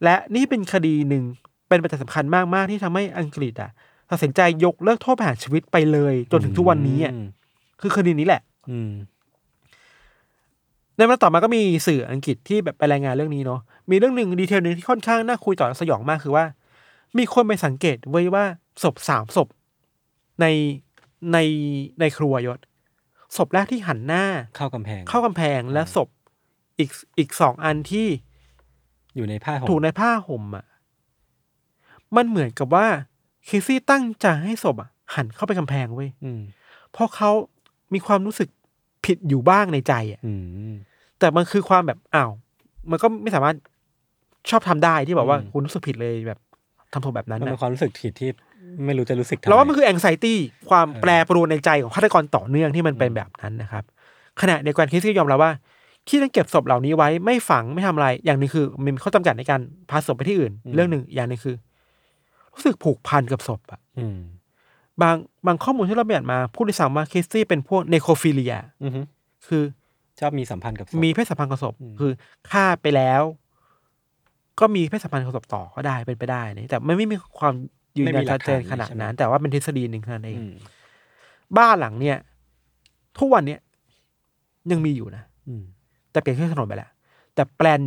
S3: และนี่เป็นคดีหนึ่งเป็นปัจจัยสำคัญมาก ๆ ที่ทำให้อังกฤษอ่ะตัดสินใจยกเลิกโทษประหารชีวิตไปเลย จนถึงทุกวันนี้อ่ะ
S2: อืม
S3: คือคดีนี้แหละ
S2: อืม
S3: ในเวลาต่อมาก็มีสื่ออังกฤษที่แบบไปรายงานเรื่องนี้เนาะมีเรื่องหนึ่งดีเทลหนึ่งที่ค่อนข้างน่าคุยต่อและสยองมากคือว่า มีคนไปสังเกตไว้ยว่าศพสามศพในในในครัวยศศพแรกที่หันหน้า
S2: เข้ากำแพง
S3: เข้ากำแพงและศพอีกอีกสองอันที่
S2: อยู่ในผ้าห่ม
S3: ถูกในผ้าห่มอ่ะ มันเหมือนกับว่าคริสซี่ตั้งใจให้ศพอ่ะ หันเข้าไปกำแพงเว้ย
S2: อืม
S3: เพราะเขามีความรู้สึกผิดอยู่บ้างในใจอ่ะ
S2: อืม
S3: แต่มันคือความแบบอ้าว มันก็ไม่สามารถชอบทำได้ที่บอกว่า
S2: อืม
S3: คุณรู้สึกผิดเลยแบบทำถูกแบบนั้น
S2: มันเป็น
S3: นะ
S2: ความรู้สึกผิดที่ไม่รู้จะรู้สึกทำไ
S3: เราว่ามันคือแองไซตี้ความ
S2: เออ
S3: แปรปรวนในใจของฆาตกรต่อเนื่องที่มันเป็นแบบนั้นนะครับ ขณะเดียวกันคริสซี่ยอมรับว่า ที่ต้องเก็บศพเหล่านี้ไว้ไม่ฝังไม่ทำอะไร อย่างหนึ่งคือมันมีข้อจำกัดในการพาศพไปที่อื่น เรื่องหนึ่งอย่างหนึ่งคือ รู้สึกผูกพันกับศพอะ
S2: อืม
S3: บางบางข้อมูลที่เราไปอ่านมาพูดด้วยซ้ำว่าคริสซี่เป็นพวกเนโครฟิเลีย
S2: อือฮึ
S3: คือ
S2: ชอบมีสัมพันธ์กับศพ
S3: มีเพศสัมพันธ์กับศพ
S2: อืม
S3: คือฆ่าไปแล้ว ก็มีเพศสัมพันธ์กับศพต่อก็ได้เป็นไปได้นะแต่ไม่ไม่มีความยืนยันชัดเจนขนาดนั้น แต่ว่าเป็นทฤษฎีหนึ่งเท่านั้นเอง
S2: อืม
S3: บ้านหลังเนี่ย ทุกวันเนี่ยยังมีอยู่นะ
S2: อืม
S3: แต่เปลี่ยนชื่อถนนไปแล้ว แต่แปลน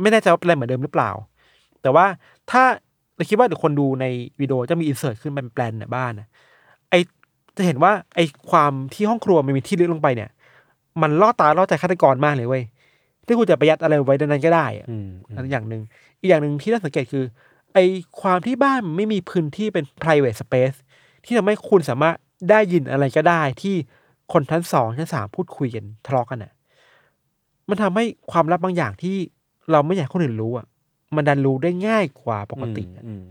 S3: ไม่แน่ใจว่าแปลนเหมือนเดิมหรือเปล่า แต่ว่าถ้าเราคิดว่าเดี๋ยวคนดูในวิดีโอจะมีอินเสิร์ตขึ้นเป็นแปลนน่ะบ้านนะไอจะเห็นว่าไอความที่ห้องครัวมันมีที่ลึกลงไปเนี่ย มันล่อตาล่อใจฆาตกรมากเลยเว้ยที่คุณจะประหยัดอะไรไว้ในนั้นก็ได้อะ
S2: อืมอื
S3: อัน
S2: ม
S3: อย่างหนึ่งอีกอย่างหนึ่งที่น่าสังเกตคือ ไอความที่บ้านมันไม่มีพื้นที่เป็น private space ที่ทำให้คุณสามารถได้ยินอะไรก็ได้ที่คนชั้นสองชั้นสามพูดคุยกันทะเลาะกันน่ะ มันทำให้ความลับบางอย่างที่เราไม่อยากให้คนอื่นรู้อ่ะ มันดันรู้ได้ง่ายกว่าปกติอะ
S2: อืม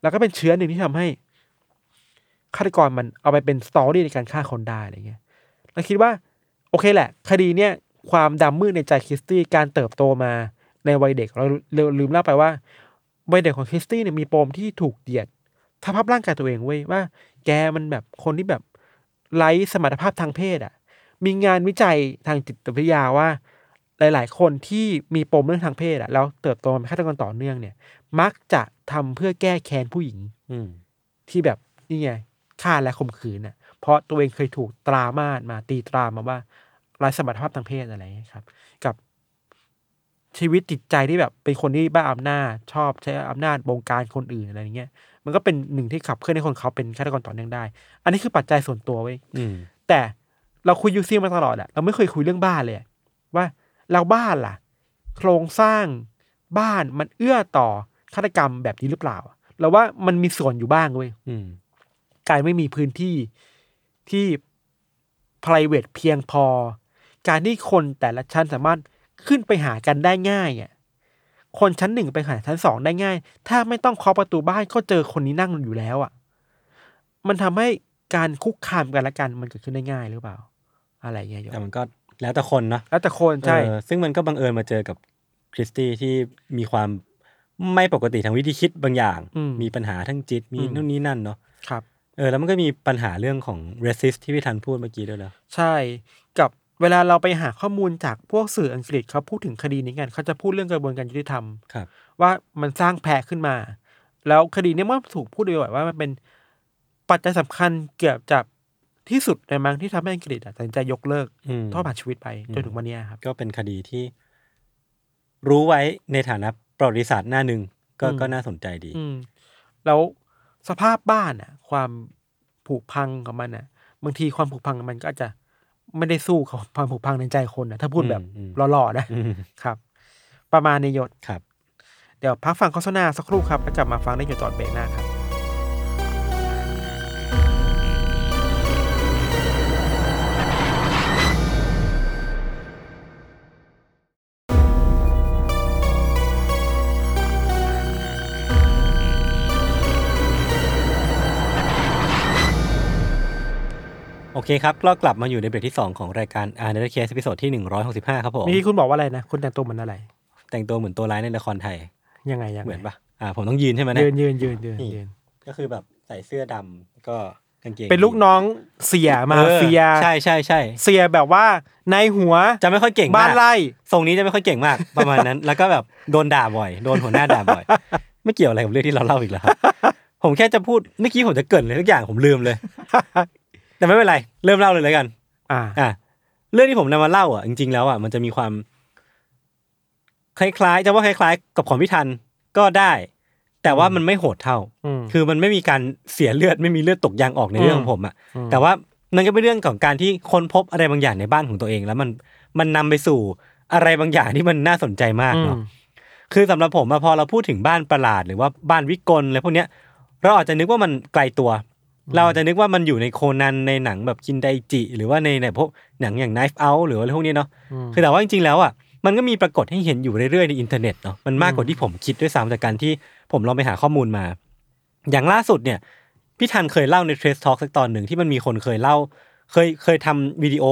S3: แล้วก็เป็นเชื้อหนึ่งที่ทำให้ฆาตกรมันเอาไปเป็นสตอรี่ในการฆ่าคนได้อะไรเงี้ยเราคิดว่า โอเคแหละ คดีเนี่ย ความดำมืดในใจคริสตี้การเติบโตมาในวัยเด็กเราเราลืมเล่าไปว่าวัยเด็กของคริสตี้เนี่ยมีปมที่ถูกเหยียดสภาพร่างกายตัวเองเว้ยว่า แกมันแบบคนที่แบบไร้สมรรถภาพทางเพศอ่ะ มีงานวิจัยทางจิตวิทยาว่า หลาย ๆ คนที่มีปมเรื่องทางเพศอ่ะแล้วเติบโตมาเป็นฆาตกรต่อเนื่องเนี่ย มักจะทำเพื่อแก้แค้นผู้หญิง
S2: อืม
S3: ที่แบบนี่ไงฆ่าและข่มขืนน่ะ เพราะตัวเองเคยถูกตรามาดมาตีตรามาว่าไร้สมรรถภาพทางเพศอะไรอย่างเงี้ยครับ กับชีวิตจิตใจที่แบบเป็นคนที่บ้าอำนาจชอบใช้อำนาจบงการคนอื่นอะไรอย่างเงี้ย มันก็เป็นหนึ่งที่ขับเคลื่อนให้คนเขาเป็นฆาตกรต่อเนื่องได้ อันนี้คือปัจจัยส่วนตัวเว้ย
S2: อืม
S3: แต่เราคุยยูซีมาตลอดอะเราไม่เคยคุยเรื่องบ้านเลยอะว่าเราบ้านล่ะ โครงสร้างบ้านมันเอื้อต่อฆาตกรรมแบบนี้หรือเปล่า เราว่ามันมีส่วนอยู่บ้างเว้ย
S2: อืม
S3: การไม่มีพื้นที่ที่ p r i v a t e เพียงพอ การที่คนแต่ละชั้นสามารถขึ้นไปหากันได้ง่ายอะคนชั้นหนึ่งไปหาชั้นสองได้ง่าย ถ้าไม่ต้องเคาะประตูบ้านก็เจอคนนี้นั่งอยู่แล้วอะมันทำให้การคุกคามกันและกันมันเกิดขึ้นได้ง่ายหรือเปล่า อะไรอย่างเงี้ยโยม
S2: แต่มันก็แล้วแต่คนเนาะ
S3: แล้วแต่คนใช่
S2: เออซึ่งมันก็บังเอิญมาเจอกับคริสตี้ที่มีความไม่ปกติทางวิธีคิดบางอย่าง
S3: อืม
S2: มีปัญหาทั้งจิต มี
S3: อืม
S2: นู่นนี่นั่นเนาะ
S3: ครับ
S2: เออ แล้วมันก็มีปัญหาเรื่องของ racist ที่พี่ทันพูดเมื่อกี้ด้วยนะ
S3: ใช่กับเวลาเราไปหาข้อมูลจากพวกสื่ออังกฤษเขาพูดถึงคดีนี้กันเขาจะพูดเรื่องกระบวนการยุติธรรม
S2: ครับ
S3: ว่ามันสร้างแพะขึ้นมา แล้วคดีเนี้มันถูกพูดโดยแบบว่ามันเป็นปัจจัยสำคัญเกือบจะที่สุดในมั้งที่ทำให้อังกฤษอะตัดสินใจยกเลิก
S2: อืม
S3: โทษประหารชีวิตไป
S2: อืม
S3: จนถึงวันเนี้ยครับ
S2: ก็เป็นคดีที่ รู้ไว้ในฐานะประวัติศาสตร์หน้าหนึ่งก็
S3: อืม
S2: ก็น่าสนใจดี
S3: อืมแล้วสภาพบ้านอ่ะ ความผุพังของมันอ่ะบางทีความผุพังของมันก็อาจจะไม่ได้ [laughs] สู้กับความผุพังในใจคนนะถ้าพูดแบบ
S2: อืม
S3: หล่อๆนะ
S2: อืม
S3: ครับ ประมาณในยศ
S2: ครับ
S3: เดี๋ยวพักฟังโฆษณาสักครู่ครับ แล้วกลับมาฟังได้อยู่ตอนเบรกหน้าครับ
S2: โอเคครับเรากลับมาอยู่ในเบรกที่ 2 ของรายการอาร์เนอร์เคสพิโซดที่ 165 ครับผม
S3: นี่คุณบอกว่าอะไรนะ คุณแต่งตัวเหมือนอะไร
S2: แต่งตัวเหมือนตัวร้ายในละครไทย
S3: ยังไงยังไง
S2: เหมือนปะอ่า ผมต้องยืนใช่ไหมเนี่
S3: ยื
S2: ย
S3: นยืนยืนยืน
S2: นี่
S3: ยืน
S2: ก็คือแบบใส่เสื้อดำแล้วก็กางเกง
S3: เป็นลูกน้องเสียมา
S2: ออ
S3: เฟีย
S2: ใช่ใช่ใช่
S3: เสียแบบว่าในหัว
S2: จะไม่ค่อยเก่งมก
S3: บ้านไร่
S2: ทรงนี้จะไม่ค่อยเก่ง
S3: [laughs]
S2: มาก ประมาณนั้น แล้วก็แบบโดนด่าบ่อย โดนหัวหน้าด่าบ่อย ไม่เกี่ยวอะไรกับเรื่องที่เราเล่าอีกแล้วครับ ผมแค่จะพูดเมื่อกี้ผมจะเกรินเลยทุกอย่างผมลืมเลย
S3: [laughs]
S2: แต่ไม่เป็นไร เริ่มเล่าเลยแล้วกัน
S3: อ่า
S2: อ่ะเรื่องที่ผมนำมาเล่าอ่ะจริงๆแล้วอ่ะมันจะมีความ คล้ายๆจะว่าคล้าย ๆ กับของพิธันก็ได้ แต่ว่ามันไม่โหดเท่า
S3: อืม
S2: คือมันไม่มีการเสียเลือดไม่มีเลือดตกยางออกในเรื่องของผมอ่ะ
S3: อืม
S2: แต่ว่ามันก็เป็นเรื่องของการที่ค้นพบอะไรบางอย่างในบ้านของตัวเอง แล้วมันมันนำไปสู่อะไรบางอย่างที่มันน่าสนใจมาก
S3: อืม
S2: เนาะ คือสำหรับผมอะพอเราพูดถึงบ้านประหลาดหรือว่าบ้านวิกลอะไรพวกเนี้ยเราอาจจะนึกว่ามันไกลตัว เราอาจจะนึกว่ามันอยู่ในโคนันในหนังแบบคินไดจิ หรือว่าในในพวกหนังอย่าง Knife Out หรืออะไรพวกเนี้ยเนาะคือแต่ว่าจริงๆแล้วอ่ะมันก็มีปรากฏให้เห็นอยู่เรื่อยๆในอินเทอร์เน็ตเนาะมันมากกว่าที่ผมคิดด้วยซ้ำจากการที่ผมลองไปหาข้อมูลมา อย่างล่าสุดเนี่ยพี่ทันเคยเล่าใน Trace Talk สักตอนหนึ่งที่มันมีคนเคยเล่า เคยเคยทำวิดีโอ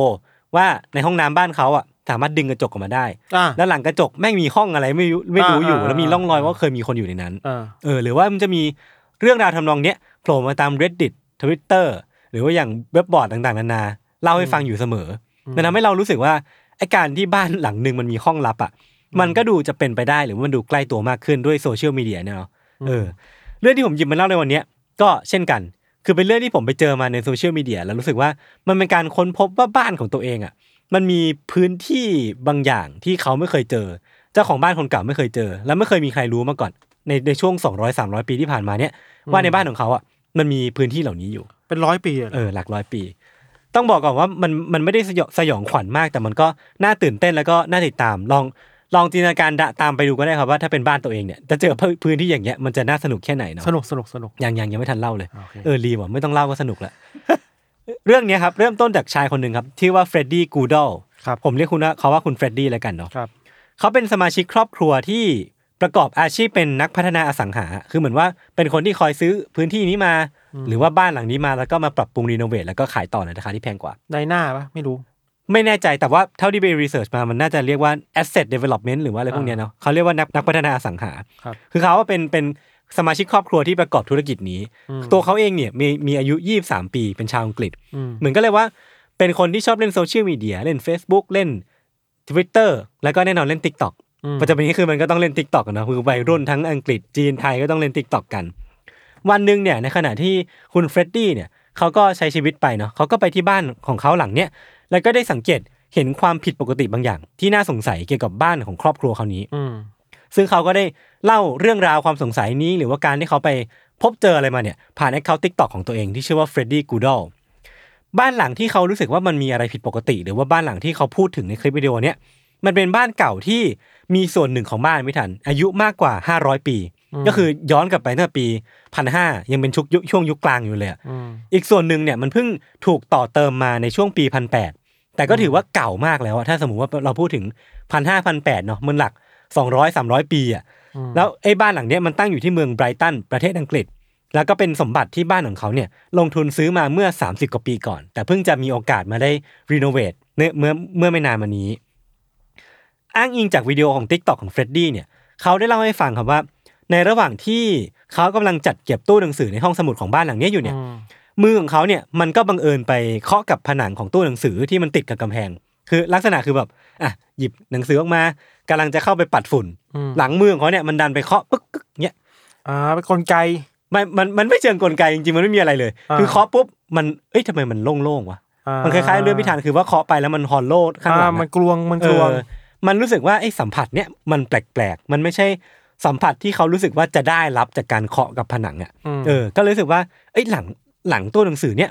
S2: ว่าในห้องน้ำบ้านเขาอ่ะสามารถดึงกระจกออกมาได้
S3: อ่า
S2: แล้วหลังกระจกแม่งมีห้องอะไรไม่รู้ไม่รู้
S3: อ่า
S2: อยู่
S3: อ่า
S2: แล้วมีร่องรอย
S3: อ่า
S2: ว่าเคยมีคนอยู่ในนั้น
S3: อ่า
S2: เออหรือว่ามันจะมีเรื่องราวทำนองเนี้ยโผล่มาตาม reddit twitter หรือว่าอย่างเว็บบอร์ดต่างๆนานาเล่าให้ฟังอยู่เสมออมันทำให้เรารู้สึกว่าไอการที่บ้านหลังหนึ่งมันมีห้องลับอ่ะมันก็ดูจะเป็นไปได้หรือว่ามันดูใกล้ตัวมากขึ้นด้วยโซเชียลมีเดียเนี่ยเนาะเออเรื่องที่ผมหยิบมาเล่าในวันเนี้ยก็เช่นกัน คือเป็นเรื่องที่ผมไปเจอมาในโซเชียลมีเดียแล้วรู้สึกว่ามันเป็นการค้นพบว่าบ้านของตัวเองอ่ะ มันมีพื้นที่บางอย่างที่เขาไม่เคยเจอ เจ้าของบ้านคนเก่าไม่เคยเจอ และไม่เคยมีใครรู้มาก่อน ในในช่วง 200 300 ปีที่ผ่านมาเนี่ยว่าในบ้านของเขาอ่ะมันมีพื้นที่เหล่านี้อยู่
S3: เป็นร้อยปีเลยเหร
S2: เอ
S3: อ
S2: อหลักร้อยปี ต้องบอกก่อนว่ามันมันไม่ได้สยองสยองขวัญมาก แต่มันก็น่าตื่นเต้นแล้วก็น่าติดตาม ลองลองจินตนาการดะตามไปดูก็ได้ครับว่าถ้าเป็นบ้านตัวเองเนี่ยจะเจอพื้นพื้นที่อย่างเงี้ยมันจะน่าสนุกแค่ไหนเนาะ
S3: สนุกสนุกสนุก
S2: ยังยังยังไม่ทันเล่าเลย
S3: โอเค
S2: เออรีว่ะไม่ต้องเล่าก็สนุกละ [laughs] เรื่องเนี้ยครับเริ่มต้นจากชายคนหนึ่งครับที่อว่าเฟรดดี้กูดอล
S3: ครับ
S2: ผมเรียกคุณว่าเขาว่าคุณเฟรดดี้แล้วกันเนาะ
S3: ครับ
S2: เขาเป็นสมาชิกครอบครัวที่ประกอบอาชีพเป็นนักพัฒนาอสังหา คือเหมือนว่าเป็นคนที่คอยซื้อพื้นที่นี้มา หรือว่าบ้านหลังนี้มาแล้วก็มาปรับปรุงรีโนเวทแล้วก็ขายต่อในราคาที่แพงกว่า
S3: ในหน้าปะไม่รู้
S2: ไม่แน่ใจแต่ว่าเท่าที่ไปรีเสิร์ชมามันน่าจะเรียกว่า asset development หรือว่าอะไรพวกเนี้ยเนาะเขาเรียกว่านักนักพัฒนาอสังหา
S3: ครับ
S2: คือเขาว่าเป็นเป็นสมาชิกครอบครัวที่ประกอบธุรกิจนี้
S3: อืม
S2: ตัวเขาเองเนี่ยมีมีอายุ 23 ปีเป็นชาวอังกฤษ
S3: อืม
S2: เหมือนก็เลยว่าเป็นคนที่ชอบเล่นโซเชียลมีเดียเล่น Facebook เล่น Twitter แล้วก็แน่นอนเล่น TikTok
S3: อืม
S2: ปัจจุบันนี้คือมันก็ต้องเล่น t ิ k t o k นอะคือวัยรุ่นทั้งอังกฤษจีนไทยก็ต้องเล่น t ิ k t o k กัน วันหนึ่งเนี่ยในขณะที่คุณเฟรดดี้เนี่ยเขาก็ใช้ชีวิตไปเนาะเขาก็ไปที่บ้านของเขาหลังเนี่ยแล้วก็ได้สังเกตเห็นความผิดปกติบางอย่าง ที่น่าสงสัยเกี่ยวกับบ้านของครอบครัวเขานี้
S3: อืม
S2: ซึ่งเขาก็ได้เล่าเรื่องราวความสงสัยนี้ หรือว่าการที่เขาไปพบเจออะไรมาเนี่ยผ่านแอคเคาท์ทิกตอกของตัวเองที่ชื่อว่าเฟรดดี้กูดอลบ้านหลังที่เขารู้สึกว่ามันมีอะไรผิดปกติ หรือว่าบ้านหลังที่เขาพูดถึงในคลิปวิดีโอเนี่ยมันเป็นบ้านเก่าที่มีส่วนหนึ่งของบ้านไม่ทัน อายุมากกว่า 500 ปี ก็คือย้อนกลับไปตั้งแต่ปีพันห้ายังเป็นชุกยุคช่วงยุคกลางอยู่เลยอะ
S3: อืม
S2: อีกส่วนหนึ่งเนี่ยมันเพิ่งถูกต่อเติมมาในช่วงปีพันแปดแต่ก็ถือว่าเก่ามากแล้วอะถ้าสมมติว่าเราพูดถึงพันห้าพันแปดเนาะมันหลักสองร้อยสามร้อยปีอะ
S3: อืม
S2: แล้วไอ้บ้านหลังเนี้ยมันตั้งอยู่ที่เมืองไบรตันประเทศอังกฤษ แล้วก็เป็นสมบัติที่บ้านของเขาเนี่ยลงทุนซื้อมาเมื่อ 30 กว่าปีก่อน แต่เพิ่งจะมีโอกาสมาได้รีโนเวทเมื่อเมื่อเมื่อไม่นานมานี้ อ้างอิงจากวิดีโอของ Tik t o อกของเฟรดดี้เนี่ยเขาได้เล่าให้ฟังครับว่า ในระหว่างที่เขากำลังจัดเก็บตู้หนังสือในห้องสมุดของบ้านหลังเนี้ยอยู่เนี่ย
S3: อืม
S2: มือของเขาเนี่ยมันก็บังเอิญไปเคาะกับผนังของตู้หนังสือที่มันติดกับกำแพง คือลักษณะคือแบบอ่ะหยิบหนังสือออกมากำลังจะเข้าไปปัดฝุ่น
S3: อืม
S2: หลังมือของเขาเนี่ยมันดันไปเคาะปึ๊กปึ๊กเนี่ย
S3: อ่าเป็นกลไก
S2: มันมันมันไม่เชิงกลไกจริงๆมันไม่มีอะไรเลย
S3: อ่า
S2: คือเคาะปุ๊บมันเอ้ยทำไมมันโล่งๆวะ
S3: อ่
S2: มันคล้ายๆเรื่องพิธานคือว่าเคาะไปแล้วมันฮอลโลดข้างหลัง
S3: อ่มัน
S2: อะ
S3: กลวงมัน
S2: เอก
S3: ลวง
S2: อมันรู้สึกว่าไอ้สัมผัสเนี่ยมันแปลกๆ มันไม่ใช่สัมผัสที่เขารู้สึกว่าจะได้รับจากการเคาะกับผนังอ่ะ
S3: ม
S2: เออก็เลยรู้สึกว่าเอ้ยหลังหลังตู้หนังสือเนี่ย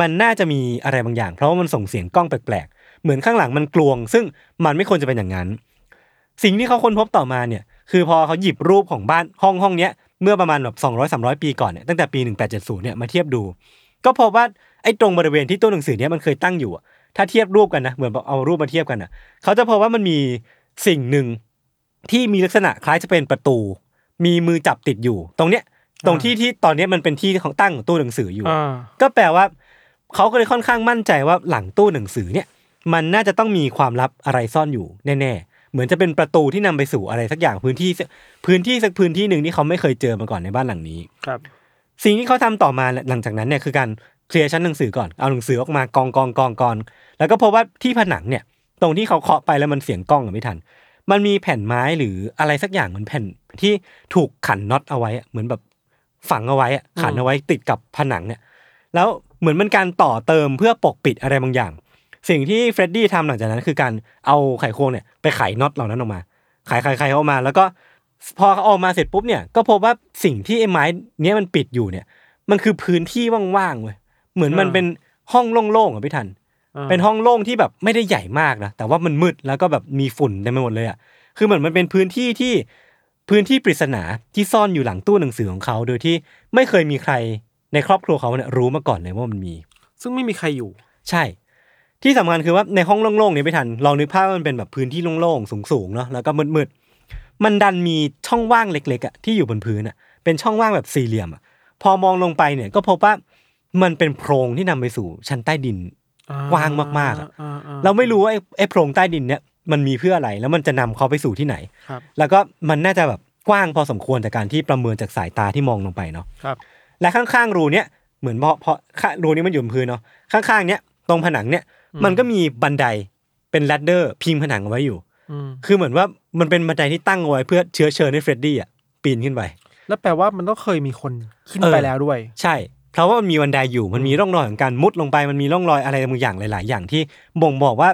S2: มันน่าจะมีอะไรบางอย่าง เพราะว่ามันส่งเสียงกล้องแปลกๆ เหมือนข้างหลังมันกลวง ซึ่งมันไม่ควรจะเป็นอย่างนั้น สิ่งที่เขาค้นพบต่อมาเนี่ยคือพอเขาหยิบรูปของบ้านห้องห้องเนี้ยเมื่อประมาณแบบ200 300 ปีก่อนเนี่ยตั้งแต่ปี 1870เนี่ยมาเทียบดู ก็พบว่าไอ้ตรงบริเวณที่ตู้หนังสือเนี่ยมันเคยตั้งอยู่อะถ้าเทียบรูปกันนะเหมือนแบบเอารูปมาเทียบกันนะเขาจะพบว่ามันมีสิ่งหนึ่งที่มีลักษณะคล้ายจะเป็นประตู มีมือจับติดอยู่ ตรงเนี้ยตรงที่ที่ตอนเนี้ยมันเป็นที่ของตั้งของตู้หนังสืออยู่
S3: อ่า
S2: ก็แปลว่าเขาก็เลยค่อนข้างมั่นใจว่าหลังตู้หนังสือเนี่ย มันน่าจะต้องมีความลับอะไรซ่อนอยู่แน่ๆ เหมือนจะเป็นประตูที่นำไปสู่อะไรสักอย่างพื้นที่สักพื้นที่สักพื้นที่หนึ่งที่เขาไม่เคยเจอมาก่อนในบ้านหลังนี้
S3: ครับ
S2: สิ่งที่เขาทำต่อมาหลังจากนั้นเนี่ยคือการเคลียร์ชั้นหนังสือก่อนเอาหนังสือออกมากองกองกองกองแล้วก็พบว่าที่ผนังเนี่ย ตรงที่เขาเคาะไปแล้วมันเสียงกล้องอะไม่ทัน มันมีแผ่นไม้หรืออะไรสักอย่างเหมือนแผ่นที่ถูกขันน็อตเอาไว้อะเหมือนแบบฝังเอาไว้อะขันเอาไว้ติดกับผนังเนี่ย แล้วเหมือนมันการต่อเติมเพื่อปกปิดอะไรบางอย่าง สิ่งที่เฟรดดี้ทำหลังจากนั้นคือการเอาไขควงเนี่ยไปไขน็อตเหล่านั้นออกมา ไขไขไขออกมา แล้วก็พอเขาออกมาเสร็จปุ๊บเนี่ยก็พบว่าสิ่งที่ไอ้ไม้เนี้ยมันปิดอยู่เนี่ย มันคือพื้นที่ว่างๆเว้ยเหมือนมันเป็นห้องโล่งๆอ่ะพี่ทัน
S3: อ่า
S2: เป็นห้องโล่งที่แบบไม่ได้ใหญ่มากนะแต่ว่ามันมืดแล้วก็แบบมีฝุ่นเต็มไปหมดเลยอ่ะคือเหมือนมันเป็นพื้นที่ที่พื้นที่ปริศนาที่ซ่อนอยู่หลังตู้หนังสือของเขา โดยที่ไม่เคยมีใครในครอบครัวเขาเนี่ยรู้มาก่อนเลยว่ามันมี
S3: ซึ่งไม่มีใครอยู่
S2: ใช่ ที่สำคัญคือว่าในห้องโล่งๆเนี่ยไม่ทันลองนึกภาพว่ามันเป็นแบบพื้นที่โล่งๆสูงๆเนาะแล้วก็มืดๆมันดันมีช่องว่างเล็กๆอ่ะที่อยู่บนพื้นอ่ะเป็นช่องว่างแบบสี่เหลี่ยมอ่ะพอมองลงไปเนี่ยก็พบว่ามันเป็นโพรงที่นำไปสู่ชั้นใต้ดิน
S3: อ่
S2: กว้างมากๆอะ
S3: อ่อ่
S2: เราไม่รู้ว่าไอ้ไอ้โพรงใต้ดินเนี่ยมันมีเพื่ออะไรแล้วมันจะนำเขาไปสู่ที่ไหน
S3: ครับ
S2: แล้วก็มันน่าจะแบบกว้างพอสมควรจากการที่ประเมินจากสายตาที่มองลงไปเนาะ
S3: ครับ
S2: และข้างๆรูเนี้ยเหมือนพอพอข้างรูนี้มันอยู่บนพื้นเนาะข้างๆเนี้ยตรงผนังเนี้ยมันก็มีบันไดเป็นลัดเดอร์พิงผนังเอาไว้อยู่
S3: อืม
S2: คือเหมือนว่ามันเป็นบันไดที่ตั้งเอาไว้เพื่อเชื้อเชิญให้เฟรดดี้อ่ะปีนขึ้นไป
S3: แล้วแปลว่ามันต้องเคยมีคนขึ้น
S2: เออ
S3: ไปแล้วด้วย
S2: ใช่ เพราะว่ามันมีบันไดอยู่ มันมีร่องรอยของการมุดลงไป มันมีร่องรอยอะไรบางอย่างหลาย ๆ อย่างที่บ่งบอกว่า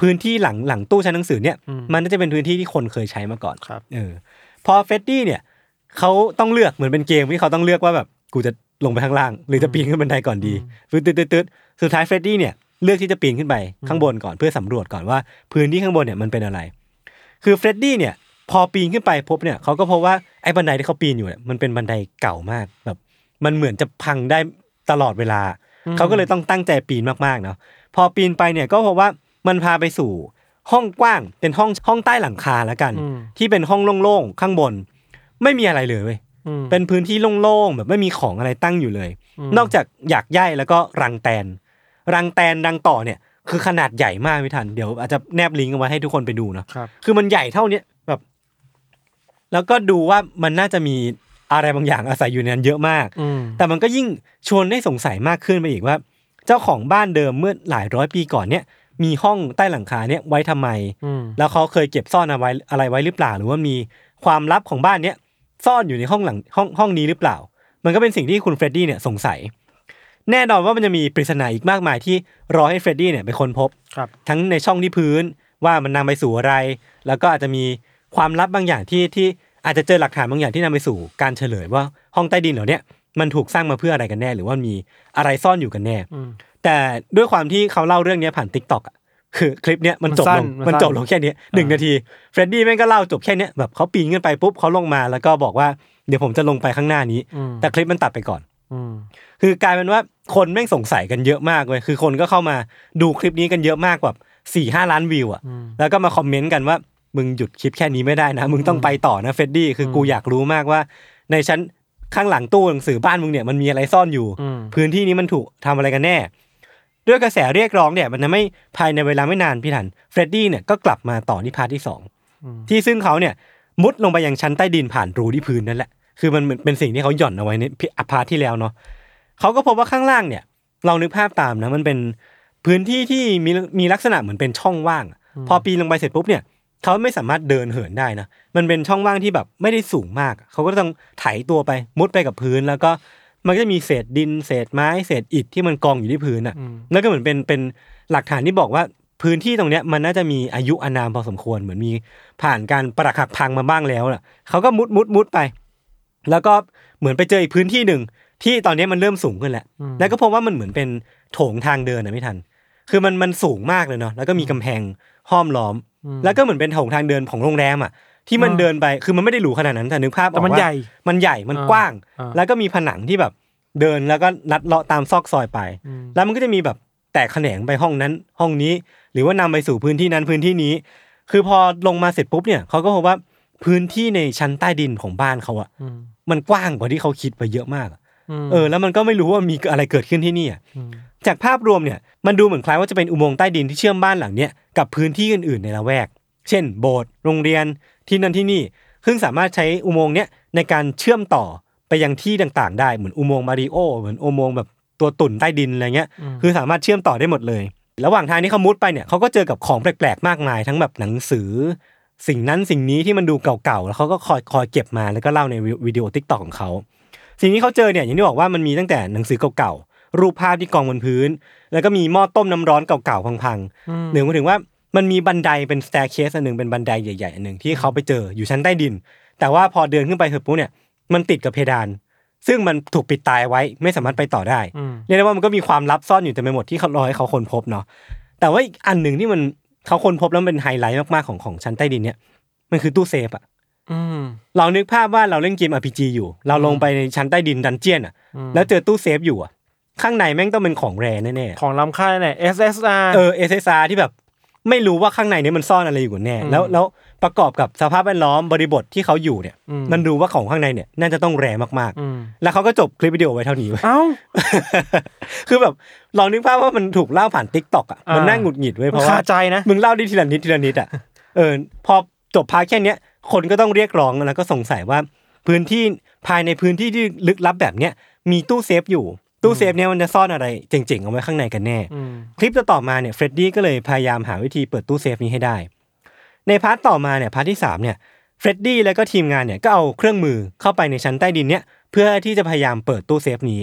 S2: พื้นที่หลังหลังตู้ชั้นหนังสือเนี่ย
S3: อืม
S2: มันน่าจะเป็นพื้นที่ที่คนเคยใช้มาก่อน
S3: ครับ
S2: เออ พอเฟรดดี้เนี่ย เขาต้องเลือกเหมือนเป็นเกมที่เขาต้องเลือกว่าแบบกูจะลงไปข้างล่าง หรือจะปีนขึ้นบันไดก่อนดีฟึดตึ๊ดตึ๊ดตึ๊ดสุดท้ายเฟรดดี้เนี่ยเลือกที่จะปีนขึ้นไปข้างบนก่อนเพื่อสำรวจก่อนว่าพื้นที่ข้างบนเนี่ยมันเป็นอะไร คือเฟรดดี้เนี่ย พอปีนขึ้นไปพบเนี่ยเขาก็พบว่าไอ้บันไดที่เขาปีนอยู่เนี่ยมันเป็นบันไดเก่ามากแบบ มันเหมือนจะพังได้ตลอดเวลา
S3: อืม
S2: เขาก็เลยต้องตั้งใจปีนมากๆเนาะพอปีนไปเนี่ยก็พบว่ามันพาไปสู่ห้องกว้างเป็นห้องห้องใต้หลังคาแล้วกัน
S3: อืม
S2: ที่เป็นห้องโล่งๆข้างบน ไม่มีอะไรเลยเว้ย
S3: อืม
S2: เป็นพื้นที่โล่งๆแบบไม่มีของอะไรตั้งอยู่เลย
S3: อืม
S2: นอกจากอยากใย่แล้วก็รังแตน รังแตนรังต่อเนี่ย คือขนาดใหญ่มากพี่ทันเดี๋ยวอาจจะแนบลิงก์เอาไว้ให้ทุกคนไปดูเนาะ
S3: ครับ
S2: คือมันใหญ่เท่าเนี้ยแบบ แล้วก็ดูว่ามันน่าจะมีอะไรบางอย่างอาศัยอยู่ในนั้นเยอะมาก
S3: อืม
S2: แต่มันก็ยิ่งชวนให้สงสัยมากขึ้นไปอีกว่า เจ้าของบ้านเดิมเมื่อหลายร้อยปีก่อนเนี่ย มีห้องใต้หลังคาเนี่ยไว้ทำไม
S3: อืม
S2: แล้วเขาเคยเก็บซ่อนเอาไว้อะไรไว้หรือเปล่า หรือว่ามีความลับของบ้านเนี้ยซ่อนอยู่ในห้องหลังห้องห้องนี้หรือเปล่า มันก็เป็นสิ่งที่คุณเฟรดดี้เนี่ยสงสัย แน่นอนว่ามันจะมีปริศนาอีกมากมายที่รอให้เฟรดดี้เนี่ยเป็นคนพบ
S3: ครับ
S2: ทั้งในช่องที่พื้นว่ามันนำไปสู่อะไร แล้วก็อาจจะมีความลับบางอย่างที่ที่อาจจะเจอหลักฐานบางอย่างที่นำไปสู่การเฉลยว่าห้องใต้ดินเหล่าเนี้ยมันถูกสร้างมาเพื่ออะไรกันแน่ หรือว่ามีอะไรซ่อนอยู่กันแน่
S3: อืม
S2: แต่ด้วยความที่เขาเล่าเรื่องเนี้ยผ่านทิกตอกคือคลิปเนี้ยมันจบลง
S3: มันสั้นมัน
S2: มั
S3: สั้น
S2: นจบลงแค่เนี้ยหนึ่งนาทีเฟรดดี้แม่งก็เล่าจบแค่เนี้ยแบบเขาปีนขึ้นไปปุ๊บเขาลงมาแล้วก็บอกว่าเดี๋ยวผมจะลงไปข้างหน้านี้
S3: อืม
S2: แต่คลิปมันตัดไปก่อน
S3: อืม
S2: คือกลายเป็นว่าคนแม่งสงสัยกันเยอะมากเลยคือคนก็เข้ามาดูคลิปนี้กันเยอะมากแบบสี่ห้าล้านวิวอ่ะ
S3: อืม
S2: แล้วก็มาคอมเมนต์กันว่า มึงหยุดคลิปแค่นี้ไม่ได้นะ มึงต้องไปต่อนะเฟดดี้คืออกูอยากรู้มากว่า ในชั้นข้างหลังตู้หนังสือบ้านมึงเนี่ยมันมีอะไรซ่อนอยู่
S3: อืม
S2: พื้นที่นี้มันถูกทำอะไรกันแน่ ด้วยกระแสเรียกร้องเนี่ย มันทำให้ภายในเวลาไม่นานพี่ถันเฟรดดี้เนี่ยก็กลับมาต่อที่พาร์ทที่สองที่ซึ่งเขาเนี่ยมุดลงไปยังชั้นใต้ดินผ่านรูที่พื้นนั่นแหละคือมันเป็นสิ่งที่เขาหย่อนเอาไว้ในอพาร์ทที่แล้วเนาะเขาก็พบว่าข้างล่างเนี่ย เรานึกภาพตามนะมันเป็นพื้นที่ที่มีมีลักษณะเหมือนเป็นช่องว่างอะพอปีนลงไปเสร็จปุ๊บเนี่ยเขาไม่สามารถเดินเหินได้นะมันเป็นช่องว่างที่แบบไม่ได้สูงมาก เขาก็ต้องไถตัวไปมุดไปกับพื้น แล้วก็มันก็จะมีเศษดิน เศษไม้ เศษอิฐที่มันกองอยู่ที่พื้นอ่ะ
S3: อืม
S2: แล้วก็เหมือนเป็นเป็นหลักฐานที่บอกว่าพื้นที่ตรงเนี้ยมันน่าจะมีอายุอานามพอสมควรเหมือนมีผ่านการประหักพังมาบ้างแล้วล่ะเขาก็มุดมุดมุดไป แล้วก็เหมือนไปเจออีกพื้นที่หนึ่งที่ตอนเนี้ยมันเริ่มสูงขึ้นแล้ว
S3: อืม
S2: แล้วก็พบว่ามันเหมือนเป็นโถงทางเดินนะไม่ทัน คือมันมันสูงมากเลยเนาะแล้วก็มีกำแพงห้อมล้อม แล้วก็เหมือนเป็นโถงทางเดินของโรงแรมอ่ะที่มันเดินไปคือมันไม่ได้หรูขนาดนั้นแต่นึกภาพอ
S3: แต่
S2: อก
S3: มัน
S2: ว่า
S3: ใหญ่
S2: มันใหญ่มัน
S3: อ่าก
S2: ว้าง
S3: อ่า
S2: แล้วก็มีผนังที่แบบเดินแล้วก็ลัดเลาะตามซอกซอยไป
S3: อืม
S2: แล้วมันก็จะมีแบบแตกแขนงไปห้องนั้นห้องนี้ หรือว่านำไปสู่พื้นที่นั้นพื้นที่นี้ คือพอลงมาเสร็จปุ๊บเนี่ยเขาก็พบว่าพื้นที่ในชั้นใต้ดินของบ้านเขาอะ
S3: อืม
S2: มันกว้างกว่าที่เขาคิดไปเยอะมากอะ
S3: ม
S2: เออแล้วมันก็ไม่รู้ว่ามีอะไรเกิดขึ้นที่นี่อะ
S3: ม
S2: จากภาพรวมเนี่ยมันดูเหมือนคล้ายว่าจะเป็นอุโมงค์ใต้ดินที่เชื่อมบ้านหลังเนี้ยกับพื้นที่อื่นๆในละแวก เช่น โบสถ์โรงเรียนที่นั่นที่นี่ ซึ่งสามารถใช้อุโมงค์เนี้ยในการเชื่อมต่อไปยังที่ต่างๆ ได้เหมือนอุโมงค์มาริโอเหมือนอุโมงค์แบบตัวตุ่นใต้ดินอะไรเงี้ย
S3: อืม
S2: คือสามารถเชื่อมต่อได้หมดเลย ระหว่างทางที่เขามุดไปเนี่ยเขาก็เจอกับของแปลกๆ มากมาย ทั้งแบบหนังสือ สิ่งนั้นสิ่งนี้ที่มันดูเก่าๆ แล้วเขาก็คอยคอยเก็บมาแล้วก็เล่าในวิดีโอทิกตอกของเขา สิ่งที่เขาเจอเนี่ยอย่างที่บอกว่ามันมีตั้งแต่หนังสือเก่าๆ รูปภาพที่กองบนพื้น แล้วก็มีหม้อต้มน้ำร้อนเก่าๆ พังๆหนึ่งมาถึงว่ามันมีบันไดเป็น staircase อันหนึ่งเป็นบันไดใหญ่ๆอันหนึ่งที่เขาไปเจออยู่ชั้นใต้ดิน แต่ว่าพอเดินขึ้นไปเสร็จปุ๊บเนี่ยมันติดกับเพดาน ซึ่งมันถูกปิดตายไว้ไม่สามารถไปต่อได้
S3: อืม
S2: เรียกได้ว่ามันก็มีความลับซ่อนอยู่แต่ไม่หมดที่เขารอให้เขาค้นพบเนาะแต่ว่าอีกอันหนึ่งที่มันเขาค้นพบแล้วมันเป็นไฮไลท์มากๆของของชั้นใต้ดินเนี่ยมันคือตู้เซฟอะ
S3: อืม
S2: เรานึกภาพว่าเราเล่นเกม RPG อยู่ เราลงไปในชั้นใต้ดินดันเจียนอะ
S3: อืม
S2: แล้วเจอตู้เซฟอยู่อะข้างในแม่งต้องเป็นของแร่แน่ๆ
S3: ของล้ำค่าแน่ SSR
S2: เออ SSR ที่แบบไม่รู้ว่าข้างในนี้มันซ่อนอะไรอยู่แน่
S3: อืม
S2: แล้วแล้วประกอบกับสภาพแวดล้อมบริบทที่เขาอยู่เนี่ย
S3: อืม
S2: มันดูว่าของข้างในเนี่ยน่าจะต้องแรงมาก
S3: ม
S2: ๆ แล้วเขาก็จบคลิปวิดีโอไว้เท่านี้เว้ย
S3: เอ้า
S2: คือแบบลองนึกภาพว่ามันถูกเล่าผ่านทิกตอกอ่ะ
S3: อ่ามั
S2: มันน่าหงุดหงิดเว้ยเพราะ
S3: คา
S2: ว่า
S3: ใจนะ
S2: มึงเล่าได้ทีละนิดทีละนิดอ่ะ เออพอจบพาร์ทแค่เนี้ยคนก็ต้องเรียกร้องแล้วก็สงสัยว่าพื้นที่ภายในพื้นที่ที่ลึกลับแบบเนี้ยมีตู้เซฟอยู่ ตู้เซฟเนี้ยมันจะซ่อนอะไรเจ๋งๆเอาไว้ข้างในกันแน่
S3: อืม
S2: คลิปต่อๆมาเนี่ยเฟรดดี้ก็เลยพยายามหาวิธีเปิดตู้เซฟนี้ให้ได้ ในพาร์ทต่อมาเนี่ยพาร์ทที่สามเนี่ยเฟรดดี้แล้วก็ทีมงานเนี่ยก็เอาเครื่องมือเข้าไปในชั้นใต้ดินเนี่ยเพื่อที่จะพยายามเปิดตู้เซฟนี้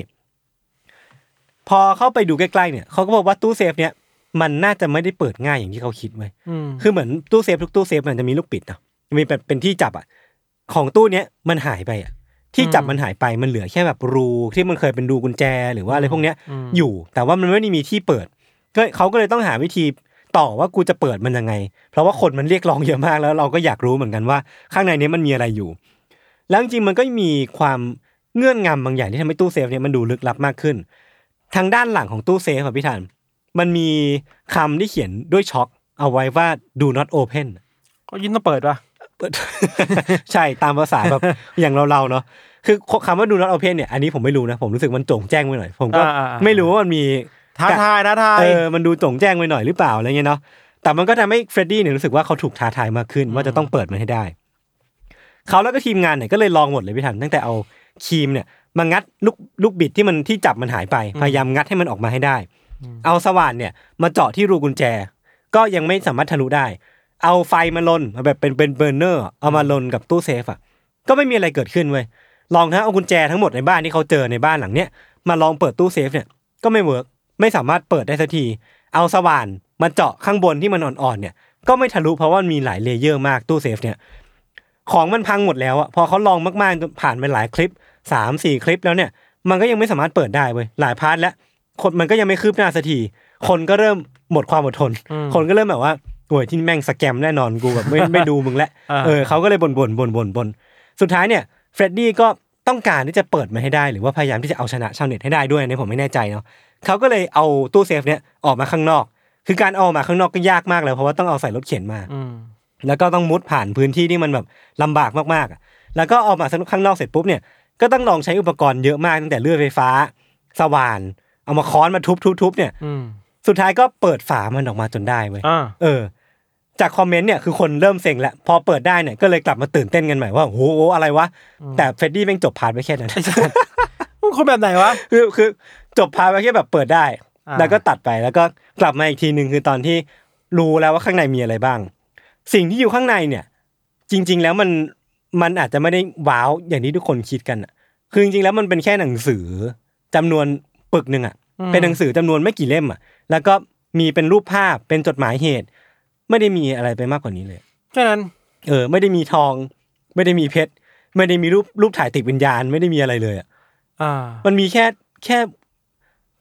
S2: พอเข้าไปดูใกล้ๆเนี่ยเขาก็บอกว่าตู้เซฟเนี่ยมันน่าจะไม่ได้เปิดง่ายอย่างที่เขาคิดไว้ย
S3: อืม
S2: คือเหมือนตู้เซฟทุกตู้เซฟมันจะมีลูกปิดเนาะมีแบบเป็นที่จับอ่ะ ของตู้เนี้ยมันหายไปอ่ะที่จับ
S3: อืม
S2: มันหายไปมันเหลือแค่แบบรูที่มันเคยเป็นรูกุญแจหรือว่าอะไรพวกเนี้ย
S3: ม
S2: อยู่แต่ว่ามันไม่ได้มีที่เปิดก็เขาก็เลยต้องหาวิธีต่อว่ากูจะเปิดมันยังไง เพราะว่าคนมันเรียกร้องเยอะมากแล้วเราก็อยากรู้เหมือนกันว่า ข้างในนี้มันมีอะไรอยู่ แล้วจริงๆมันก็มีความเงื่อนงำบางอย่างที่ทำให้ตู้เซฟเนี่ยมันดูลึกลับมากขึ้น ทางด้านหลังของตู้เซฟอะพี่ธันมันมีคำที่เขียนด้วยช็อกเอาไว้ว่า do not open
S3: ก็ยินต้องเปิดปะ
S2: เปิด [laughs] ใช่ตามภาษาแบบ [laughs] อย่างเราๆเนาะคือคำว่าดูนอตโอเพนเนี่ยอันนี้ผมไม่รู้นะ ผมรู้สึกมันโจ่งแจ้งไปหน่อย ผมก็ไม่รู้ว่ามันมี
S3: ท้าทายท้าทาย
S2: เออ มันดูโจ่งแจ้งไปหน่อยหรือเปล่าอะไรเงี้ยเนาะ แต่มันก็ทำให้เฟรดดี้เนี่ยรู้สึกว่าเขาถูกท้าทายมากขึ้น ว่าจะต้องเปิดมันให้ได้ เขาแล้วก็ทีมงานเนี่ยก็เลยลองหมดเลยพี่ทันตั้งแต่เอาครีมเนี่ยมางัดลูกลูกบิดที่มันที่จับมันหายไป พยายามงัดให้มันออกมาให้ได้ เอาสว่านเนี่ยมาเจาะที่รูกุญแจ ก็ยังไม่สามารถทะลุได้ เอาไฟมาลนแบบเป็นเป็นเบอร์เนอร์เอามาลนกับตู้เซฟอะก็ไม่มีอะไรเกิดขึ้นเว้ย ลองนะเอากุญแจทั้งหมดในบ้านที่เขาเจอในบ้านหลังเนี้ยมาลองเปิดตู้เซฟเนี่ยก็ไม่เวิร์กไม่สามารถเปิดได้สักที เอาสว่านมาเจาะข้างบนที่มันอ่อนๆเนี่ย ก็ไม่ทะลุเพราะว่ามันมีหลายเลเยอร์มากตู้เซฟเนี่ย ของมันพังหมดแล้วอะพอเขาลองมากๆจนผ่านไปหลายคลิปสามสี่คลิปแล้วเนี่ย มันก็ยังไม่สามารถเปิดได้เว้ยหลายพาร์ทแล้วคนมันก็ยังไม่คืบหน้าสักทีคนก็เริ่มหมดความอดทน คนก็เริ่มแบบว่าโอ้ยที่แม่งสแกมแน่นอนกูแบบไม่ ไม่ดูมึงแล้ว เออเขาก็เลยบ่นบ่นบ่นบ่นบ่นสุดท้ายเนี่ยเฟรดดี้ก็ต้องการที่จะเปิดมันให้ได้หรือว่าพยายามที่จะเอาชนะชาวเน็ตให้ได้ด้วยอันนี่ผมไม่แน่ใจเนาะเขาก็เลยเอาตู้เซฟเนี่ยออกมาข้างนอก คือการเอามาข้างนอกก็ยากมากแล้วเพราะว่าต้องเอาใส่รถเข็นมา
S3: ม
S2: แล้วก็ต้องมุดผ่านพื้นที่ที่มันแบบลำบากมากๆอะแล้วก็เอามาข้างนอกเสร็จปุ๊บเนี่ยก็ต้องลองใช้อุปกรณ์เยอะมากตั้งแต่เลื่อยไฟฟ้า สว่าน เอามาค้อนมาทุบๆๆเนี่ย
S3: อืม
S2: สุดท้ายก็เปิดฝามันออกมาจนได้เว้ย
S3: อ่า
S2: เออ จากคอมเมนต์เนี่ยคือคนเริ่มเซ็งแล้ว พอเปิดได้เนี่ยก็เลยกลับมาตื่นเต้นกันใหม่ว่าโอ้โหอะไรวะ แต่เฟรดดี้แม่งจบพาร์ทไปแค่นั้น
S3: มึงคนแบบไหนวะ
S2: คือคือจบพาร์ทไปแค่แบบเปิดได้
S3: อ่า
S2: แล้วก็ตัดไปแล้วก็กลับมาอีกทีหนึ่งคือตอนที่รู้แล้วว่าข้างในมีอะไรบ้าง สิ่งที่อยู่ข้างในเนี่ย จริง ๆ แล้วมันมันอาจจะไม่ได้ว้าวอย่างที่ทุกคนคิดกันอะคือจริงๆแล้วมันเป็นแค่หนังสือจำนวนปึกหนึ่งอะ เป็นหนังสือจำนวนไม่กี่เล่มอ่ะ แล้วก็มีเป็นรูปภาพ เป็นจดหมายเหตุ ไม่ได้มีอะไรไปมากกว่านี้เลย
S3: แค่นั้น
S2: เออ ไม่ได้มีทอง ไม่ได้มีเพชร ไม่ได้มีรูปรูปถ่ายติดวิญญาณ ไม่ได้มีอะไรเลยอ่ะ
S3: อ่า
S2: มันมีแค่แค่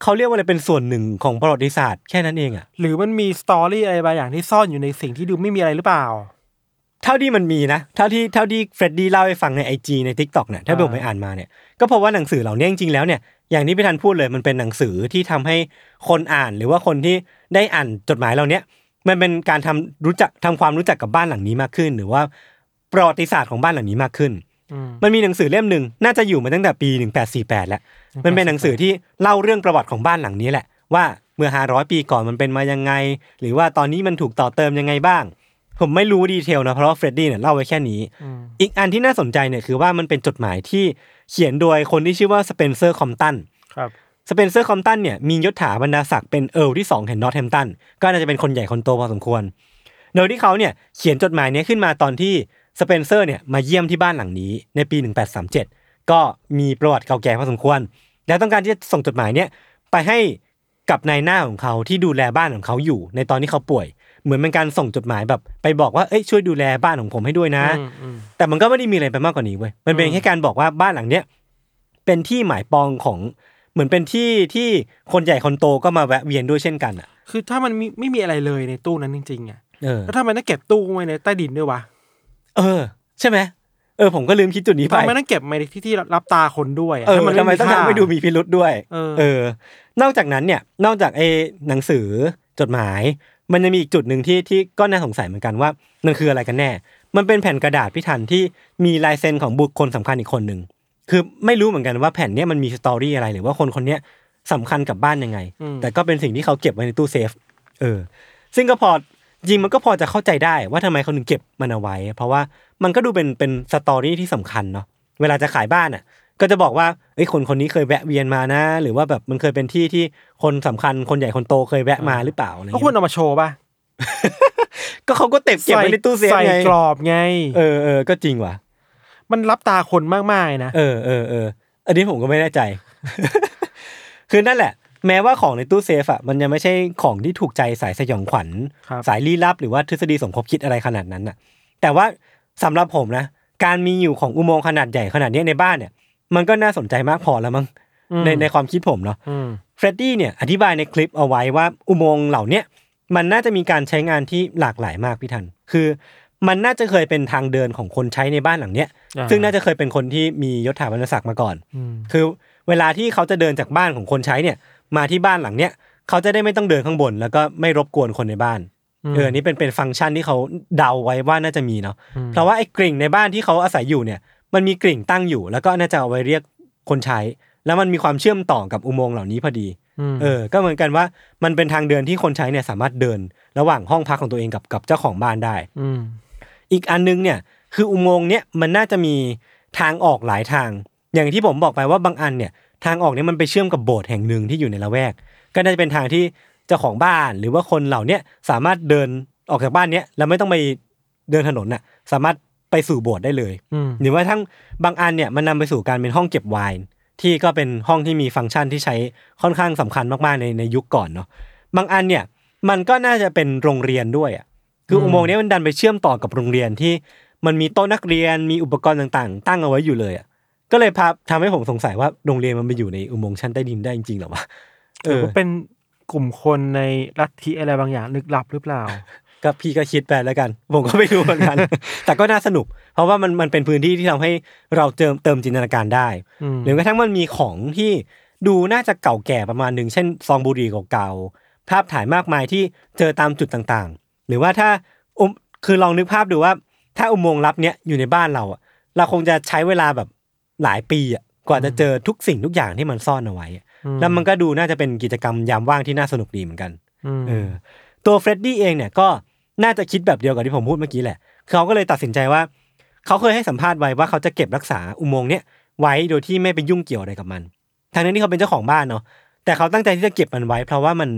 S2: เขาเรียกว่าอะไรเป็นส่วนหนึ่งของประวัติศาสตร์แค่นั้นเองอ่ะ
S3: หรือมันมีสตอรี่อะไรบางอย่างที่ซ่อนอยู่ในสิ่งที่ดูไม่มีอะไรหรือเปล่า
S2: เท่าที่มันมีนะ เท่าที่เท่าที่เฟรดดี้เล่าให้ฟังในไอจีในทิกตอกเนี่ย ถ้า
S3: อ่า
S2: ผมไปอ่านมาเนี่ย ก็เพราะว่าหนังสือเหล่านี้จริงๆแล้วเนี่ย อย่างที่พี่ทันพูดเลย มันเป็นหนังสือที่ทำให้คนอ่านหรือว่าคนที่ได้อ่านจดหมายเหล่าเนี้ยมันเป็นการทำรู้จักทำความรู้จักกับบ้านหลังนี้มากขึ้น หรือว่าประวัติศาสตร์ของบ้านหลังนี้มากขึ้น
S3: อืม
S2: มันมีหนังสือเล่มหนึ่งน่าจะอยู่มาตั้งแต่ปี 1848 แล้ว มันเป็นหนังสือที่เล่าเรื่องประวัติของบ้านหลังนี้แหละ ว่าเมื่อ 500 ปีก่อนมันเป็นมายังไง หรือว่าตอนนี้มันถูกต่อเติมยังไงบ้าง ผมไม่รู้ดีเทลนะ เพราะว่าเฟรดดี้เนี่ยเล่าไว้แค่นี้
S3: อืม
S2: อีกอันที่น่าสนใจเนี่ยคือว่ามันเป็นจดหมายที่เขียนโดยคนที่ชื่อว่าสเปนเซอร์คอมตัน
S3: ครับ
S2: สเปนเซอร์คอมตันเนี่ยมียศถาบรรดาศักดิ์เป็นเอิร์ลที่ 2 แห่งนอตแฮมตัน ก็น่าจะเป็นคนใหญ่คนโตพอสมควร โดยที่เขาเนี่ยเขียนจดหมายเนี้ยขึ้นมาตอนที่สเปนเซอร์เนี่ยมาเยี่ยมที่บ้านหลังนี้ในปี 1837 ก็มีประวัติเก่าแก่พอสมควร แล้วต้องการที่จะส่งจดหมายเนี่ยไปให้กับนายหน้าของเขาที่ดูแลบ้านของเขาอยู่ ในตอนที่เขาป่วย เหมือนเป็นการส่งจดหมายแบบไปบอกว่าเอ้ยช่วยดูแลบ้านของผมให้ด้วยนะ
S3: อืมอืม
S2: แต่มันก็ไม่ได้มีอะไรไปมากกว่านี้เว้ย มันเป็น
S3: อืม
S2: แค่การบอกว่าบ้านหลังเนี้ยเป็นที่หมายปองของเหมือนเป็นที่ที่คนใหญ่คนโตก็มาแวะเวียนด้วยเช่นกันอ่ะ
S3: คือถ้ามันมีไม่มีอะไรเลยในตู้นั้นจริงๆอ่ะ
S2: เออ
S3: แล้วทำไมต้องเก็บตู้ไว้ในใต้ดินด้วยวะ
S2: เออ ใช่ไหมเออผมก็ลืมคิดจุดนี้ไป
S3: ทำไมต้องเก็บมาในที่ที่รับตาคนด้วยะ
S2: เออ
S3: ถ้าน
S2: ทำไมต้อง
S3: ค่า
S2: ทำให้ดูมีพิรุษด้วย
S3: เออ
S2: เออ นอกจากนั้นเนี่ย นอกจากไอ้หนังสือจดหมาย มันจะมีอีกจุดหนึ่งที่ที่ก็น่าสงสัยเหมือนกันว่ามันคืออะไรกันแน่ มันเป็นแผ่นกระดาษพิธันที่มีลายเซ็นของบุคคลสำคัญอีกคนหนึ่ง คือไม่รู้เหมือนกันว่าแผ่นเนี้ยมันมีสตอรี่อะไรหรือว่าคนคนเนี้ยสำคัญกับบ้านยังไง
S3: อืม
S2: แต่ก็เป็นสิ่งที่เขาเก็บไว้ในตู้เซฟ เออ ซึ่งก็พอจริงมันก็พอจะเข้าใจได้ว่าทำไมเขาถึงเก็บมันเอาไว้ เพราะว่ามันก็ดูเป็นเป็นสตอรี่ที่สำคัญเนาะเวลาจะขายบ้านอ่ะ ก็จะบอกว่าเอ้ยคนคนนี้เคยแวะเวียนมานะ หรือว่าแบบมันเคยเป็นที่ที่คนสำคัญคนใหญ่คนโตเคยแวะมาหรือเปล่าอะไร
S3: ก็ควร
S2: เงี้ย
S3: เอามาโชว์ป่ะ
S2: ก็เขาก็เต็บเก็บไว้ในตู้เซฟ
S3: ใส่
S2: ไง
S3: กรอบไง
S2: เออเออก็จริงว่ะ
S3: มันรับตาคนมากๆเลยนะ
S2: เออเออเอออันนี้ผมก็ไม่แน่ใจ [laughs] คือนั่นแหละ แม้ว่าของในตู้เซฟอ่ะมันยังไม่ใช่ของที่ถูกใจสายสยองขวัญ
S3: ครับ
S2: สายลี้ลับหรือว่าทฤษฎีสมคบคิดอะไรขนาดนั้นน่ะ แต่ว่าสำหรับผมนะ การมีอยู่ของอุโมงค์ขนาดใหญ่ขนาดเนี้ยในบ้านเนี่ย มันก็น่าสนใจมากพอแล้วมั้ง
S3: อืม
S2: ในในความคิดผมเนาะ
S3: อืม
S2: เฟรดดี้เนี่ยอธิบายในคลิปเอาไว้ว่าอุโมงค์เหล่าเนี้ยมันน่าจะมีการใช้งานที่หลากหลายมากพี่ทัน คือมันน่าจะเคยเป็นทางเดินของคนใช้ในบ้านหลังเนี้ย
S3: อ่า
S2: ซึ่งน่าจะเคยเป็นคนที่มียศถาบรรดาศักดิ์มาก่อน
S3: อืม
S2: คือเวลาที่เขาจะเดินจากบ้านของคนใช้เนี่ยมาที่บ้านหลังเนี้ยเขาจะได้ไม่ต้องเดินข้างบน แล้วก็ไม่รบกวนคนในบ้านเอออนนี่เป็นเป็นฟังก์ชันที่เขาเดาไว้ว่าน่าจะมีเนาะเพราะว่าไอ้กริ่งในบ้านที่เขาอาศัยอยู่เนี่ย มันมีกริ่งตั้งอยู่ แล้วก็น่าจะเอาไว้เรียกคนใช้ แล้วมันมีความเชื่อมต่อกับอุโมงค์เหล่านี้พอดี
S3: ม
S2: เออ ก็เหมือนกันว่ามันเป็นทางเดินที่คนใช้เนี่ยสามารถเดิน ระหว่างห้องพักของตัวเองกับกับเจ้าของบ้านได้
S3: ม
S2: อีกอันนึงเนี่ยคืออุโมงค์เนี่ยมันน่าจะมีทางออกหลายทาง อย่างที่ผมบอกไปว่าบางอันเนี่ยทางออกเนี่ยมันไปเชื่อมกับโบสถ์แห่งหนึ่งที่อยู่ในละแวก ก็น่าจะเป็นทางที่เจ้าของบ้านหรือว่าคนเหล่าเนี้ยสามารถเดินออกจากบ้านเนี้ยแล้วไม่ต้องไปเดินถนนน่ะสามารถไปสู่โบสถ์ได้เลย
S3: อืม
S2: หรือว่าทั้งบางอันเนี่ยมันนำไปสู่การเป็นห้องเก็บไวน์ที่ก็เป็นห้องที่มีฟังก์ชันที่ใช้ค่อนข้างสำคัญมากๆในในยุคก่อนเนาะบางอันเนี่ยมันก็น่าจะเป็นโรงเรียนด้วยอ่ะคืออุโมงค์เนี้มันดันไปเชื่อมต่อกับโรงเรียนที่มันมีโต๊ะนักเรียนมีอุปกรณ์ต่างๆ ตั้งเอาไว้อยู่เลยอ่ะก็เลยพาทำให้ผมสงสัยว่าโรงเรียนมันไปอยู่ในอุโมงค์ชั้นใต้ดินได้จริงๆหรอวะ
S3: หรือว่าเป็นกลุ่มคนในลัทธิอะไรบางอย่างลึกลับหรือเปล่า
S2: ก็พี่ก็คิดไปแล้วกัน ผมก็ไม่รู้เหมือนกัน [laughs] แต่ก็น่าสนุก เพราะว่ามันมันเป็นพื้นที่ที่ทำให้เราเติมเติมจินตนาการได้
S3: อืม
S2: หรือกระทั่งมันมีของที่ดูน่าจะเก่าแก่ประมาณหนึ่งเช่นซองบุหรี่เก่าๆภาพถ่ายมากมายที่เจอตามจุดต่างๆ หรือว่าถ้าอุมคือลองนึกภาพดูว่า ถ้าอุโมงค์ลับเนี้ยอยู่ในบ้านเราอะเราคงจะใช้เวลาแบบหลายปีอะกว่าจะเจอทุกสิ่งทุกอย่างที่มันซ่อนเอาไว้อะแล้วมันก็ดูน่าจะเป็นกิจกรรมยามว่างที่น่าสนุกดีเหมือนกัน
S3: อืม
S2: เออตัวเฟรดดี้เองเนี่ยก็น่าจะคิดแบบเดียวกับที่ผมพูดเมื่อกี้แหละ เขาก็เลยตัดสินใจว่า เขาเคยให้สัมภาษณ์ไว้ว่าเขาจะเก็บรักษาอุโมงค์เนี่ยไว้โดยที่ไม่ไปยุ่งเกี่ยวอะไรกับมันทางนั้นที่เขาเป็นเจ้าของบ้านเนาะแต่เขาตั้งใจที่จะเก็บมันไว้ เพราะว่ามัน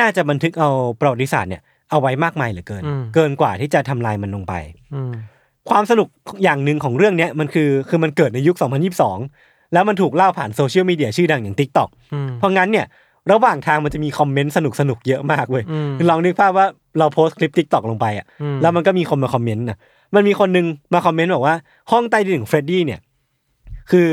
S2: น่าจะบันทึกเอาประวัติศาสตร์เนี่ยเอาไว้มากมายเหลือเกิน เกินกว่าที่จะทำลายมันลงไป
S3: อืม
S2: ความสนุกอย่างหนึ่งของเรื่องเนี้ยมันคือคือมันเกิดในยุค 2022 แล้วมันถูกเล่าผ่านโซเชียลมีเดียชื่อดังอย่าง t ิ k t o k
S3: อืม
S2: เพราะงั้นเนี่ยระหว่างทางมันจะมีคอมเมนต์สนุกสนุกๆเยอะมากเว้ย
S3: อืม
S2: คือลองนึกภาพว่าเราโพสต์คลิปทิกตอกลงไปอ่ะ
S3: อืม
S2: แล้วมันก็มีคนมาคอมเมนต์นะมันมีคนนึงมาคอมเมนต์บอกว่าห้องใต้ดินของเฟรดดี้เนี่ยคือ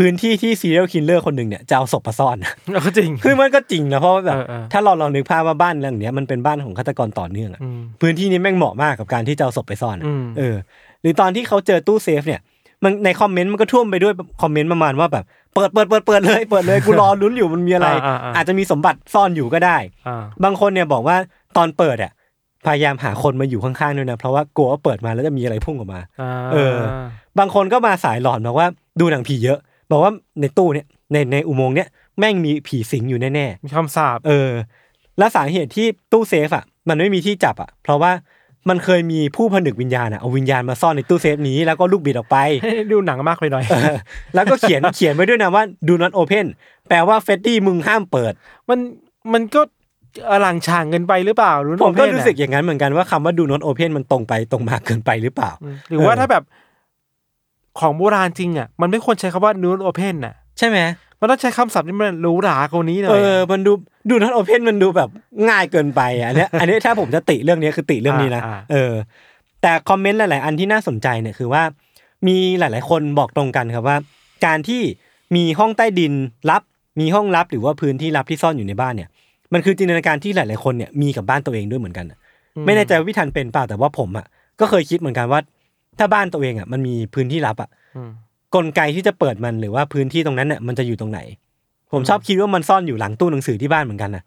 S2: พื้นที่ที่ซีเรียลคินเลอร์คนหนึ่งเนี่ยจะเอาศพมาซ่อนนะ [laughs]
S3: เออจริง
S2: คือมันก็จริงนะเพราะว่าแบบ
S3: เออเออ
S2: ถ้าเราลองนึกภาพว่าบ้านหลังเนี้ยมันเป็นบ้านของฆาตกรต่อเนื่องอะ
S3: อืม
S2: พื้นที่นี้แม่งเหมาะมากกับการที่จะเอาศพไปซ่อนอะ
S3: อืม
S2: เออ หรือตอนที่เขาเจอตู้เซฟเนี่ยมันในคอมเมนต์มันก็ท่วมไปด้วยคอมเมนต์ประมาณว่าแบบเปิดเปิดเปิดเปิดเลยเปิดเลยกูรอลุ้นอยู่มันมีอะไร
S3: อ่าอ่าอ่า
S2: อาจจะมีสมบัติซ่อนอยู่ก็ได้
S3: อ่า
S2: บางคนเนี่ยบอกว่าตอนเปิดอ่ะพยายามหาคนมาอยู่ข้างๆด้วยนะเพราะว่ากลัวว่าเปิดมาแล้วจะมีอะไรพุ่งออกมา
S3: า
S2: เออ บางคนก็มาสายหลอนบอกว่าดูหนังผีเยอะ บอกว่าในตู้เนี่ยในในอุโมงค์เนี่ยแม่งมีผีสิงอยู่แน่
S3: มีคำสาป [laughs]
S2: ๆเออ และสาเหตุที่ตู้เซฟอ่ะมันไม่มีที่จับอ่ะ เพราะว่ามันเคยมีผู้ผนึกวิญญาณอ่ะเอาวิญญาณมาซ่อนในตู้เซฟนี้แล้วก็ลูกบิดออกไป [laughs]
S3: ดูหนังมากไปหน่อย
S2: เออแล้วก็เขียนเขียนไว้ด้วยนะว่า do not open แปลว่าเฟดดี้มึงห้ามเปิด
S3: มันมันก็อลังฉางเงินไปหรือเปล่ารู้
S2: ผมก็
S3: โอเพ่น
S2: รู้
S3: อะ
S2: สึกอย่างนั้นเหมือนกันว่าคำว่า do not open มันตรงไปตรงมาเกินไปหรือเปล่า
S3: อืมหรือว่า
S2: เออ
S3: ถ้าแบบของโบราณจริงอ่ะ มันไม่ควรใช้คำว่านูนโอเพนน่ะ
S2: ใช่ไหม
S3: มันต้องใช้คำศัพท์ที่มันหรูหรากว่านี้หน่
S2: เอ
S3: อ
S2: อ
S3: ย
S2: มันดูดูนัทโอเพนมันดูแบบง่ายเกินไปอ่ะอันเนี้ย อัน [laughs] นี้ถ้าผมจะติเรื่องนี้คือติเรื่องนี้นะ
S3: า
S2: เออ แต่คอมเมนต์หลาย ๆ อันที่น่าสนใจเนี่ยคือว่า มีหลาย ๆ คนบอกตรงกันครับว่า การที่มีห้องใต้ดินลับ มีห้องลับหรือว่าพื้นที่ลับที่ซ่อนอยู่ในบ้านเนี่ย มันคือจินตนาการที่หลาย ๆ คนเนี่ยมีกับบ้านตัวเองด้วยเหมือนกันอะ
S3: อืม
S2: ไม่แน่ใจว่าพี่ทันเป็นเปล่าแต่ว่าผมอ่ะก็เคยคิดเหมือนกันว่า ถ้าบ้านตัวเองอ่ะมันมีพื้นที่ลับอ่ะ
S3: อืม
S2: กลไกที่จะเปิดมันหรือว่าพื้นที่ตรงนั้นน่ะมันจะอยู่ตรงไหน ผมชอบคิดว่ามันซ่อนอยู่หลังตู้หนังสือที่บ้านเหมือนกันนะ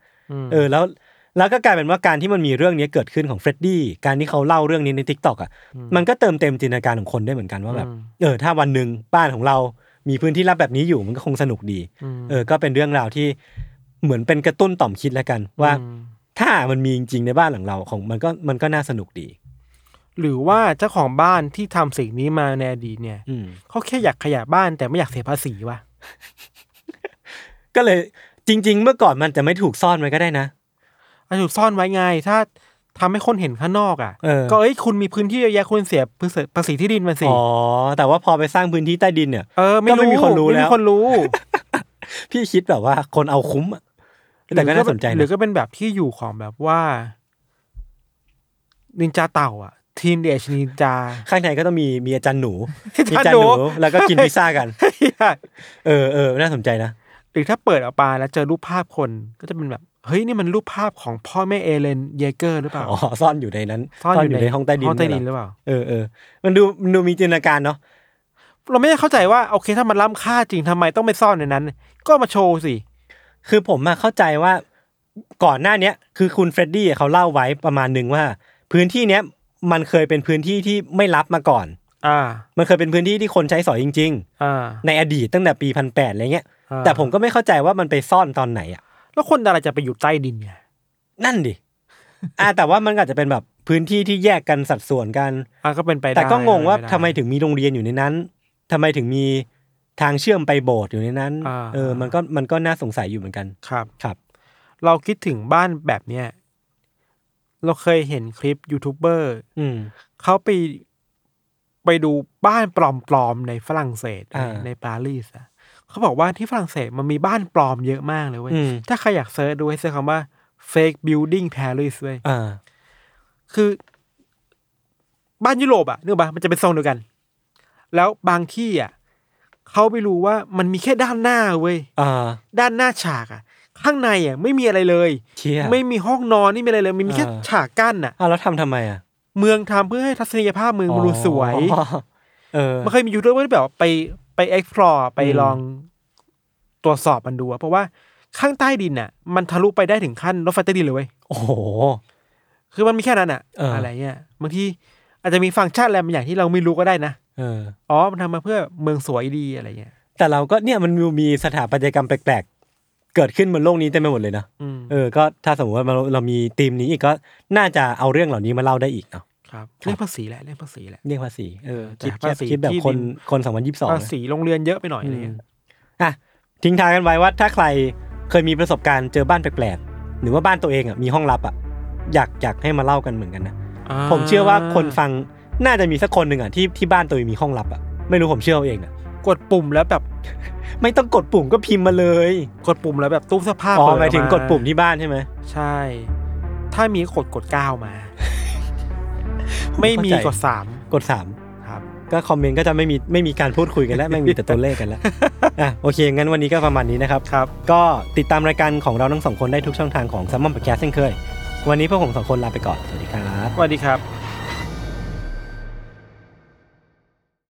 S3: ม
S2: เออแล้วแล้วก็กลายเป็นว่าการที่มันมีเรื่องนี้เกิดขึ้นของเฟรดดี้การที่เขาเล่าเรื่องนี้ในทิกตอกอ่ะมันก็เติมเต็มจินตนาการของคนได้เหมือนกันว่าแบบเออถ้าวันหนึ่งบ้านของเรามีพื้นที่รับแบบนี้อยู่มันก็คงสนุกดี
S3: ม
S2: เออก็เป็นเรื่องราวที่เหมือนเป็นกระตุ้นต่อมคิดแล้วกันว่า
S3: อืม
S2: ถ้ามันมีจริงๆในบ้านหลังเราของมันก็มันก็น่าสนุกดี
S3: หรือว่าเจ้าของบ้านที่ทำสิ่งนี้มาในอดีตเนี่ย
S2: อืม
S3: เขาแค่อยากขยะบ้านแต่ไม่อยากเสียภาษีว่ะ
S2: ก็เลยจริง ๆ เมื่อก่อนมันจะไม่ถูกซ่อนไว้ก็ได้นะ
S3: อาจถูกซ่อนไว้ไง ถ้าทำให้คนเห็นข้างนอกอ่ะ
S2: เออ
S3: ก็เอ้ยคุณมีพื้นที่เยอะแยะคุณเสียภาษีที่ดินมาสิ
S2: อ๋อแต่ว่าพอไปสร้างพื้นที่ใต้ดินเนี่ย
S3: เออไม่
S2: ก็ไม่
S3: รู้
S2: มีคนรู้
S3: ไม่
S2: แล้
S3: มี
S2: ว
S3: คนรู้
S2: พี่คิดแบบว่าคนเอาคุ้มอะแต่ก็น่าสนใจ
S3: หรือ
S2: นะ
S3: ก็เป็นแบบที่อยู่ของแบบว่านินจาเต่าอ่ะ ทีนเดชนิน
S2: [laughs]
S3: จา
S2: ข้างในก็ต้องมีมีอาจารย์หนูมี
S3: [laughs] อา
S2: อา
S3: จา
S2: จาร ร
S3: ย์
S2: ย์
S3: ห
S2: ห
S3: นู
S2: นูแล้วก็กินพิซซ่า
S3: [laughs]
S2: กัน เออเออน่าสนใจนะ
S3: หรือถ้าเปิดออกมาแล้วเจอรูปภาพคนก็จะเป็นแบบ เฮ้ย นี่มันรูปภาพของพ่อแม่เอเลนเยเกอร์หรือเปล่า
S2: อ๋อ ซ่อนอยู่ในนั้นในห้องใต้ดิน
S3: ห้องใต้ดินห
S2: เย
S3: รื
S2: เหรอ
S3: อเปล่า
S2: เออเออมันดูมันดูมีจินตนาการเนาะ
S3: เราไม่ได้เข้าใจว่าโอเคถ้ามันล้ำค่าจริงทำไมต้องไปซ่อนในนั้น ก็เอามาโชว์สิ
S2: คือผมมาเข้าใจว่าก่อนหน้าเนี้ยคือคุณเฟรดดี้เขาเล่าไว้ประมาณหนึ่งว่า พื้นที่เนี้ยมันเคยเป็นพื้นที่ที่ไม่รับมาก่อน
S3: อ่า
S2: มันเคยเป็นพื้นที่ที่คนใช้สอยจริง
S3: อ่า
S2: ๆ ในอดีตตั้งแต่ปีพันแปดอะไรเงี้ย
S3: อ่า
S2: แต่ผมก็ไม่เข้าใจว่ามันไปซ่อนตอนไหนอ่ะ
S3: แล้วคนอะไรจะไปอยู่ใต้ดินไง
S2: นั่น
S3: [laughs]
S2: ดิ อ่าแต่ว่ามันก็อาจจะเป็นแบบพื้นที่ที่แยกกันสัดส่วนกัน
S3: อ่าก็เป็นไปได้
S2: แต่ก็งงว่า
S3: เป็นปด้
S2: ทำไมถึงมีโรงเรียนอยู่ในนั้นทำไมถึงมีทางเชื่อมไปโบสถ์อยู่ในนั้น
S3: อ่า
S2: เออ มันก็มันก็น่าสงสัยอยู่เหมือนกัน
S3: ครับ
S2: ครับ
S3: เราคิดถึงบ้านแบบเนี้ยเราเคยเห็นคลิปยูทูบเบอร์
S2: อืม
S3: เขาไปไปดูบ้านปลอมๆในฝรั่งเศส
S2: อ่า
S3: ในปารีสอะเขาบอกว่าที่ฝรั่งเศสมันมีบ้านปลอมเยอะมากเลยเว้ย
S2: อืม
S3: ถ้าใครอยากเซิร์ชดูให้เซิร์ชคำว่า fake building Paris เว้ย
S2: อ่า
S3: คือบ้านยุโรปอะนึกออกปะมันจะเป็นทรงเดียวกัน แล้วบางที่อะเขาไม่รู้ว่ามันมีแค่ด้านหน้าเว้ย
S2: อ่า
S3: ด้านหน้าฉากอะข้างในอะไม่มีอะไรเลย
S2: เชี่ย
S3: ไม่มีห้องนอนไม่มีอะไรเลย มีมีแค่
S2: อ่า
S3: ฉากกั้นน่ะ
S2: อ่าวแล้วทำทำไมอ่ะ
S3: เมืองทำเพื่อให้ทัศนียภาพเมืองมันดูสวย
S2: [laughs] อ๋อเออ
S3: มันเคยมียูทูบเบอร์ที่แบบว่าไปไป explore ไป
S2: อืม
S3: ลองตรวจสอบมันดูอะเพราะว่าข้างใต้ดินน่ะ มันทะลุไปได้ถึงขั้นรถไฟใต้ดินเลยเว้ย
S2: โอ้โห
S3: คือมันมีแค่นั้นอ่ะ
S2: เอออ
S3: ไรเงี้ยบางทีอาจจะมีฟังก์ชันอะไรบางอย่างที่เราไม่รู้ก็ได้นะ
S2: เออ
S3: อ๋อมันทำมาเพื่อเมืองสวยดีอะไรเงี้ย
S2: แต่เราก็เนี่ยมันมีสถาปัตยกรรมแปลกๆ เกิดขึ้นบนโลกนี้เต็มไปหมดเลยนะ
S3: อืม
S2: เออ ก็ถ้าสมมติว่าเราเรามีธีมนี้อีกก็น่าจะเอาเรื่องเหล่านี้มาเล่าได้อีกเนาะ
S3: ครับ
S2: ครับ
S3: เรื่องภาษีแหละเรื่องภาษีแหละ
S2: เรียกภาษี เออ คิด
S3: แต่ภาษี
S2: คิดแบบ
S3: ที่
S2: คน
S3: ดิน
S2: คนสองพันยี่สิบสอง
S3: ภาษีโรงเรือนเยอะไปหน่อยอะไร
S2: อื
S3: เงี้
S2: ม
S3: ย
S2: อ่ะทิ้งท้ายกันไว้ว่าถ้าใครเคยมีประสบการณ์เจอบ้านแปลกๆ หรือว่าบ้านตัวเองอ่ะมีห้องลับอ่ะอยากอยากให้มาเล่ากันเหมือนกันนะผมเชื่อว่าคนฟังน่าจะมีสักคนหนึ่งอ่ะที่ที่บ้านตัวเองมีห้องลับอ่ะไม่รู้ผมเชื่อเอาเองอ่ะ
S3: กดปุ่มแล้วแบบ
S2: ไม่ต้องกดปุ่มก็พิมพ์มาเลย
S3: กดปุ่มแล้วแบบตู้เสื้อผ้า
S2: อ๋อ
S3: เปิด
S2: หมายถึง
S3: ออก
S2: ดปุ่มที่บ้านใช่ไหม
S3: ใช่ ถ้ามีกดกดเก้า
S2: [laughs]
S3: มา ไม่มี
S2: เข้าใจ
S3: กดสาม
S2: กดสาม
S3: ครับ
S2: ก็คอมเมนต์ก็จะไม่มีไม่มีการพูดคุยกันแล้วไม่มีแต่ตัวเลข
S3: [laughs]
S2: กันแล้วอ่ะโอเคงั้นวันนี้ก็ประมาณนี้นะครับ
S3: ครับ
S2: ก็ติดตามรายการของเราทั้งสองคนได้ทุกช่องทางของซัมมอนพอดแคสต์เช่นเคย วันนี้พวกผมสองคนลาไปก่อนสวัสดีครับ
S3: สวัสดีครับ